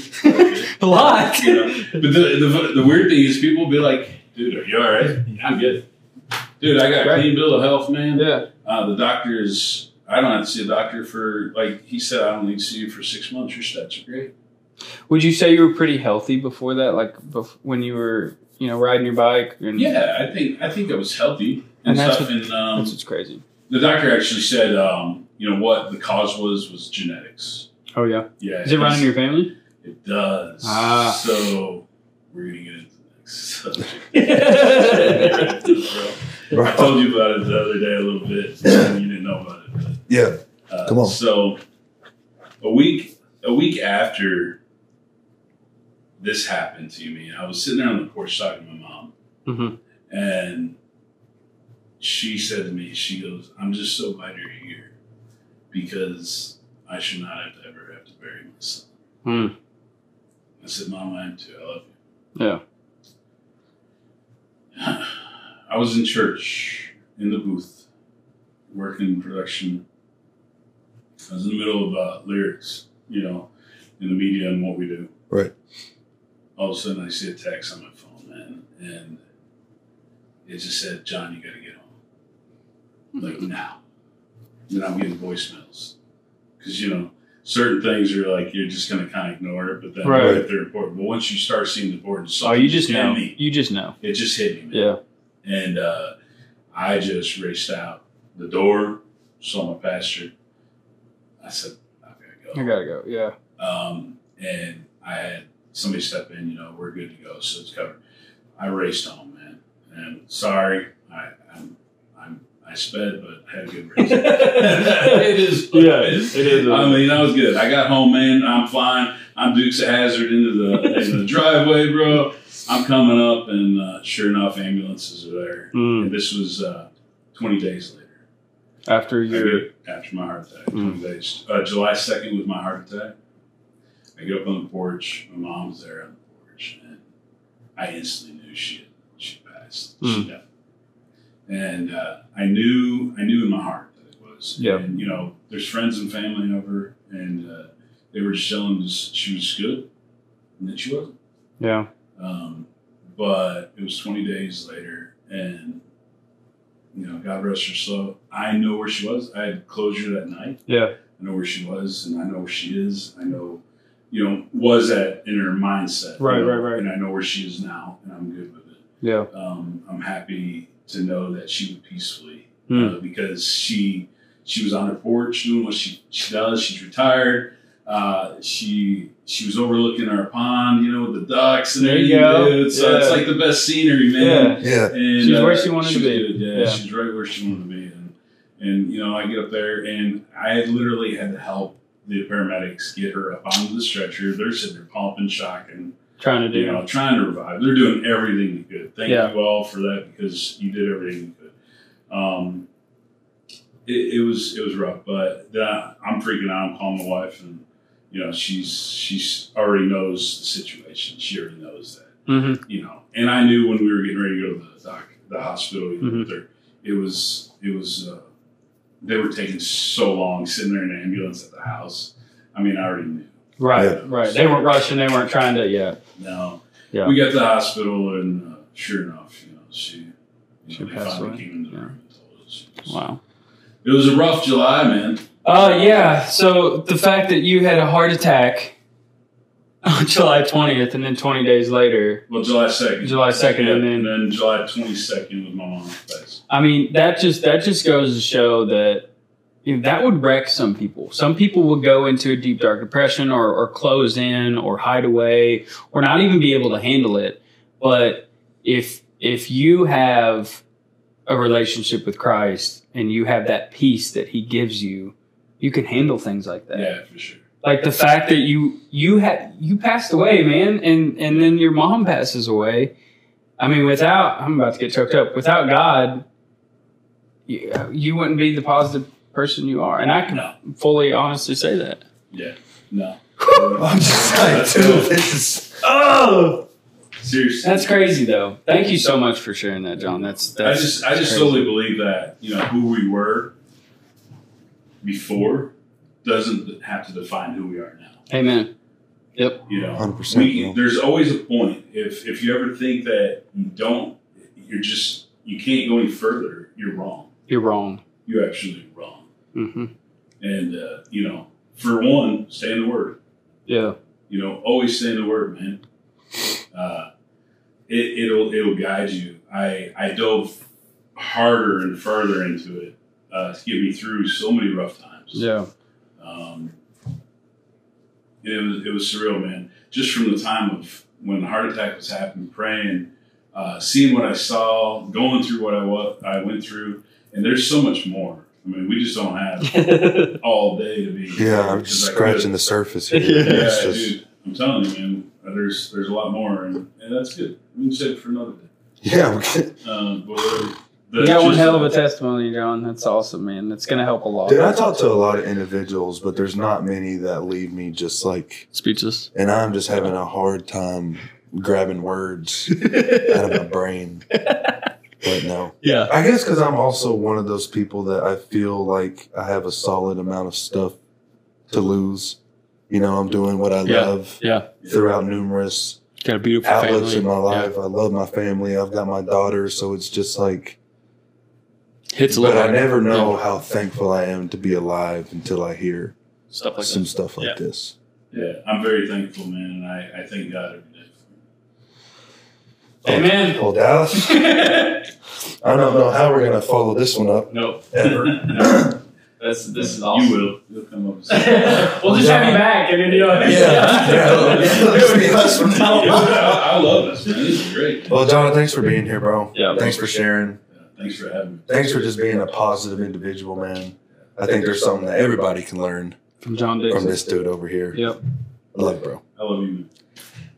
Speaker 2: A lot.
Speaker 3: you know? but the, the the weird thing is people will be like dude are you all right yeah, I'm good Dude, I got
Speaker 2: Right.
Speaker 3: clean bill of health, man.
Speaker 2: Yeah.
Speaker 3: Uh, the doctor is, I don't have to see a doctor for, like, he said, I don't need to see you for six months. Your stats are great.
Speaker 2: Would you say you were pretty healthy before that? Like bef- when you were, you know, riding your bike? And
Speaker 3: Yeah, I think I think I was healthy
Speaker 2: And
Speaker 3: and,
Speaker 2: that's
Speaker 3: stuff. and um,
Speaker 2: That's what's crazy.
Speaker 3: the doctor actually said, um, you know, what the cause was was genetics.
Speaker 2: Oh, yeah.
Speaker 3: Yeah.
Speaker 2: Is it running your family?
Speaker 3: It does.
Speaker 2: Ah.
Speaker 3: So we're going to get into the next subject.
Speaker 2: Mm-hmm.
Speaker 3: I
Speaker 1: Bro.
Speaker 3: told you about it the other day a little bit. and You didn't know about it. but,
Speaker 1: Yeah.
Speaker 3: uh,
Speaker 1: Come on.
Speaker 3: So a week a week after this happened to me, I was sitting there on the porch talking to my mom.
Speaker 2: Mhm.
Speaker 3: And she said to me, she goes, I'm just so glad you're here because I should not have to ever have to bury my son.
Speaker 2: Hmm.
Speaker 3: I said, Mom, I am too. I love you.
Speaker 2: Yeah.
Speaker 3: I was in church in the booth working in production. I was in the middle of uh, lyrics, you know, in the media and what we do.
Speaker 1: Right.
Speaker 3: All of a sudden, I see a text on my phone, man, and it just said, John, you got to get home. Like
Speaker 2: Mm-hmm.
Speaker 3: now. And I'm getting voicemails. Because, you know, certain things are like, you're just going to kind of ignore it, but then
Speaker 2: Right.
Speaker 3: if they're important. But once you start seeing the importance,
Speaker 2: Oh, you just
Speaker 3: hit
Speaker 2: know.
Speaker 3: me.
Speaker 2: You just know.
Speaker 3: It just hit me, man.
Speaker 2: Yeah.
Speaker 3: And uh, I just raced out the door, saw my pastor. I said, I gotta go.
Speaker 2: I got to go. Yeah.
Speaker 3: Um, and I had somebody step in, you know, we're good to go, so it's covered. I raced home, man. And sorry, I I'm, I'm I sped, but I had a good race. it is
Speaker 2: is.
Speaker 3: I mean, that was good. I got home, man. I'm fine. I'm Dukes of Hazard into the, into the driveway, bro. I'm coming up, and uh, sure enough, ambulances are there.
Speaker 2: Mm.
Speaker 3: And this was uh, 20 days later.
Speaker 2: After
Speaker 3: I
Speaker 2: your.
Speaker 3: get- after my heart attack,
Speaker 2: Mm.
Speaker 3: 20 days. Uh, July 2nd was my heart attack. I get up on the porch. My mom's there on the porch, and I instantly knew she had- she passed.
Speaker 2: Mm.
Speaker 3: She died. And uh, I knew I knew in my heart that it was.
Speaker 2: Yeah.
Speaker 3: And you know, there's friends and family over, and uh, they were just telling us she was good, and then she wasn't.
Speaker 2: Yeah.
Speaker 3: Um, but it was 20 days later, and you know, God rest her soul. I know where she was. I had closure that night.
Speaker 2: Yeah.
Speaker 3: I know where she was, and I know where she is. I know, you know, was that in her mindset,
Speaker 2: Right,
Speaker 3: you know,
Speaker 2: right, right.
Speaker 3: And I know where she is now, and I'm good with it.
Speaker 2: Yeah.
Speaker 3: Um, I'm happy to know that she would peacefully
Speaker 2: Mm.
Speaker 3: uh, because she she was on her porch doing what she, she does. She's retired. Uh, she she was overlooking our pond, you know, with the ducks and
Speaker 2: There you
Speaker 3: everything.
Speaker 2: go.
Speaker 3: dude. So it's
Speaker 2: Yeah.
Speaker 3: like the best scenery, man.
Speaker 2: Yeah.
Speaker 1: Yeah.
Speaker 3: And,
Speaker 2: She's where
Speaker 3: uh,
Speaker 2: she wanted to
Speaker 3: was
Speaker 2: be.
Speaker 3: good, Yeah,
Speaker 2: Yeah.
Speaker 3: she's right where she wanted to be. And and you know, I get up there and I literally had to help the paramedics get her up onto the stretcher. They're sitting there pumping, shocking
Speaker 2: Trying to do.
Speaker 3: you know, trying to revive. They're doing everything they could. Thank
Speaker 2: Yeah.
Speaker 3: you all for that because you did everything you could. Um, it, it was it was rough, but then I, I'm freaking out. I'm calling my wife, and you know, she's she's already knows the situation. She already knows that
Speaker 2: hmm
Speaker 3: you know, and I knew when we were getting ready to go to the doc, the hospital, you know,
Speaker 2: Mhm.
Speaker 3: there, it was, it was, uh, they were taking so long sitting there in an ambulance at the house. I mean, I already knew.
Speaker 2: Right.
Speaker 1: Yeah.
Speaker 2: Right. They weren't rushing. They weren't trying to. Yeah.
Speaker 3: No.
Speaker 2: Yeah.
Speaker 3: We got to the hospital, and uh, sure enough, you know, she, you
Speaker 2: She
Speaker 3: know, they
Speaker 2: passed
Speaker 3: finally
Speaker 2: away?
Speaker 3: came into the
Speaker 2: Yeah.
Speaker 3: room and told us. It was-
Speaker 2: Wow.
Speaker 3: It was a rough July, man.
Speaker 2: Uh, yeah. So the fact that you had a heart attack on July 20th and then 20 days later,
Speaker 3: Well, July 2nd.
Speaker 2: July 2nd, and then
Speaker 3: then July 22nd was my mom's passed.
Speaker 2: I mean, that just that just goes to show that you know, that would wreck some people. Some people would go into a deep dark depression or, or close in or hide away or not even be able to handle it. But if if you have a relationship with Christ and you have that peace that he gives you, you can handle things like that.
Speaker 3: Yeah, for sure.
Speaker 2: Like the fact that you you had you passed away, man, and and then your mom passes away. I mean, without I'm about to get choked up. Without God, you, you wouldn't be the positive person you are, and I can
Speaker 3: No.
Speaker 2: fully honestly say that.
Speaker 3: Yeah. No.
Speaker 1: I'm just like,
Speaker 3: That's
Speaker 1: dude,
Speaker 3: good.
Speaker 1: this is. Oh!
Speaker 3: Seriously.
Speaker 2: That's crazy, though. Thank you so much for sharing that, John. That's
Speaker 3: I
Speaker 2: that's
Speaker 3: just I just
Speaker 2: crazy.
Speaker 3: solely believe that you know who we were before doesn't have to define who we are now.
Speaker 2: Amen.
Speaker 3: You know,
Speaker 1: 100%.
Speaker 3: we,
Speaker 1: bro.
Speaker 3: there's always a point. If if you ever think that you don't, you're just you can't go any further, you're wrong.
Speaker 2: You're wrong.
Speaker 3: You're actually wrong.
Speaker 2: Mm-hmm.
Speaker 3: And uh, you know, for one, stay in the word.
Speaker 2: Yeah.
Speaker 3: You know, always stay in the word, man. Uh, it, it'll it'll guide you. I I dove harder and further into it uh, to get me through so many rough times.
Speaker 2: Yeah.
Speaker 3: Um, it was it was surreal, man. Just from the time of when the heart attack was happening, praying, uh, seeing what I saw, going through what I wa- I went through, and there's so much more. I mean, we just don't have all day to be.
Speaker 1: Yeah, I'm
Speaker 3: because
Speaker 1: just
Speaker 3: I could.
Speaker 1: scratching the surface here.
Speaker 2: Yeah,
Speaker 3: Yeah,
Speaker 1: It's just,
Speaker 3: dude, I'm telling you, man. There's there's a lot more, and, and that's good. We can save it for another day.
Speaker 1: yeah, okay.
Speaker 3: Um, but whatever.
Speaker 2: You
Speaker 3: That's
Speaker 2: got one
Speaker 3: just-
Speaker 2: hell of a testimony, John. That's awesome, man. That's gonna help a lot.
Speaker 1: dude. I talk to a lot of individuals, but there's not many that leave me just like,
Speaker 2: Speechless.
Speaker 1: and I'm just having a hard time grabbing words out of my brain right now.
Speaker 2: Yeah.
Speaker 1: I guess because I'm also one of those people that I feel like I have a solid amount of stuff to lose. You know, I'm doing what I
Speaker 2: Yeah.
Speaker 1: love
Speaker 2: Yeah.
Speaker 1: throughout numerous
Speaker 2: Got a beautiful
Speaker 1: outlets
Speaker 2: family.
Speaker 1: in my life. I love my family. I've got my daughter, so it's just like.
Speaker 4: Hits a
Speaker 1: but
Speaker 4: little
Speaker 1: I
Speaker 4: harder.
Speaker 1: never know how thankful I am to be alive until I hear
Speaker 4: stuff like
Speaker 1: some
Speaker 4: that.
Speaker 1: stuff like this.
Speaker 3: Yeah, I'm very thankful, man, and I, I thank God every day.
Speaker 2: Amen.
Speaker 1: Well, Dallas, I don't know how we're gonna follow this one up
Speaker 4: Nope.
Speaker 1: ever.
Speaker 3: No,
Speaker 4: That's this is awesome.
Speaker 3: You will. You'll come up. With something.
Speaker 2: we'll just have you back, and then you know.
Speaker 1: Yeah, yeah. Let's be us from now
Speaker 3: Dude,
Speaker 1: on.
Speaker 3: I, I love this, man. This is great.
Speaker 1: Well, John, thanks for being here, bro.
Speaker 4: Yeah.
Speaker 1: Thanks for sharing.
Speaker 3: Yeah, thanks for having me.
Speaker 1: Thanks for just being a positive individual, man. I think there's something that everybody can learn
Speaker 2: From John
Speaker 1: from
Speaker 2: Dixon.
Speaker 1: this dude over here.
Speaker 2: Yep.
Speaker 1: I love it, bro.
Speaker 3: I love you, man.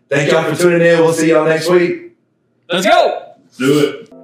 Speaker 1: Thank y'all for tuning in. We'll see y'all next week.
Speaker 4: Let's go.
Speaker 3: Do it.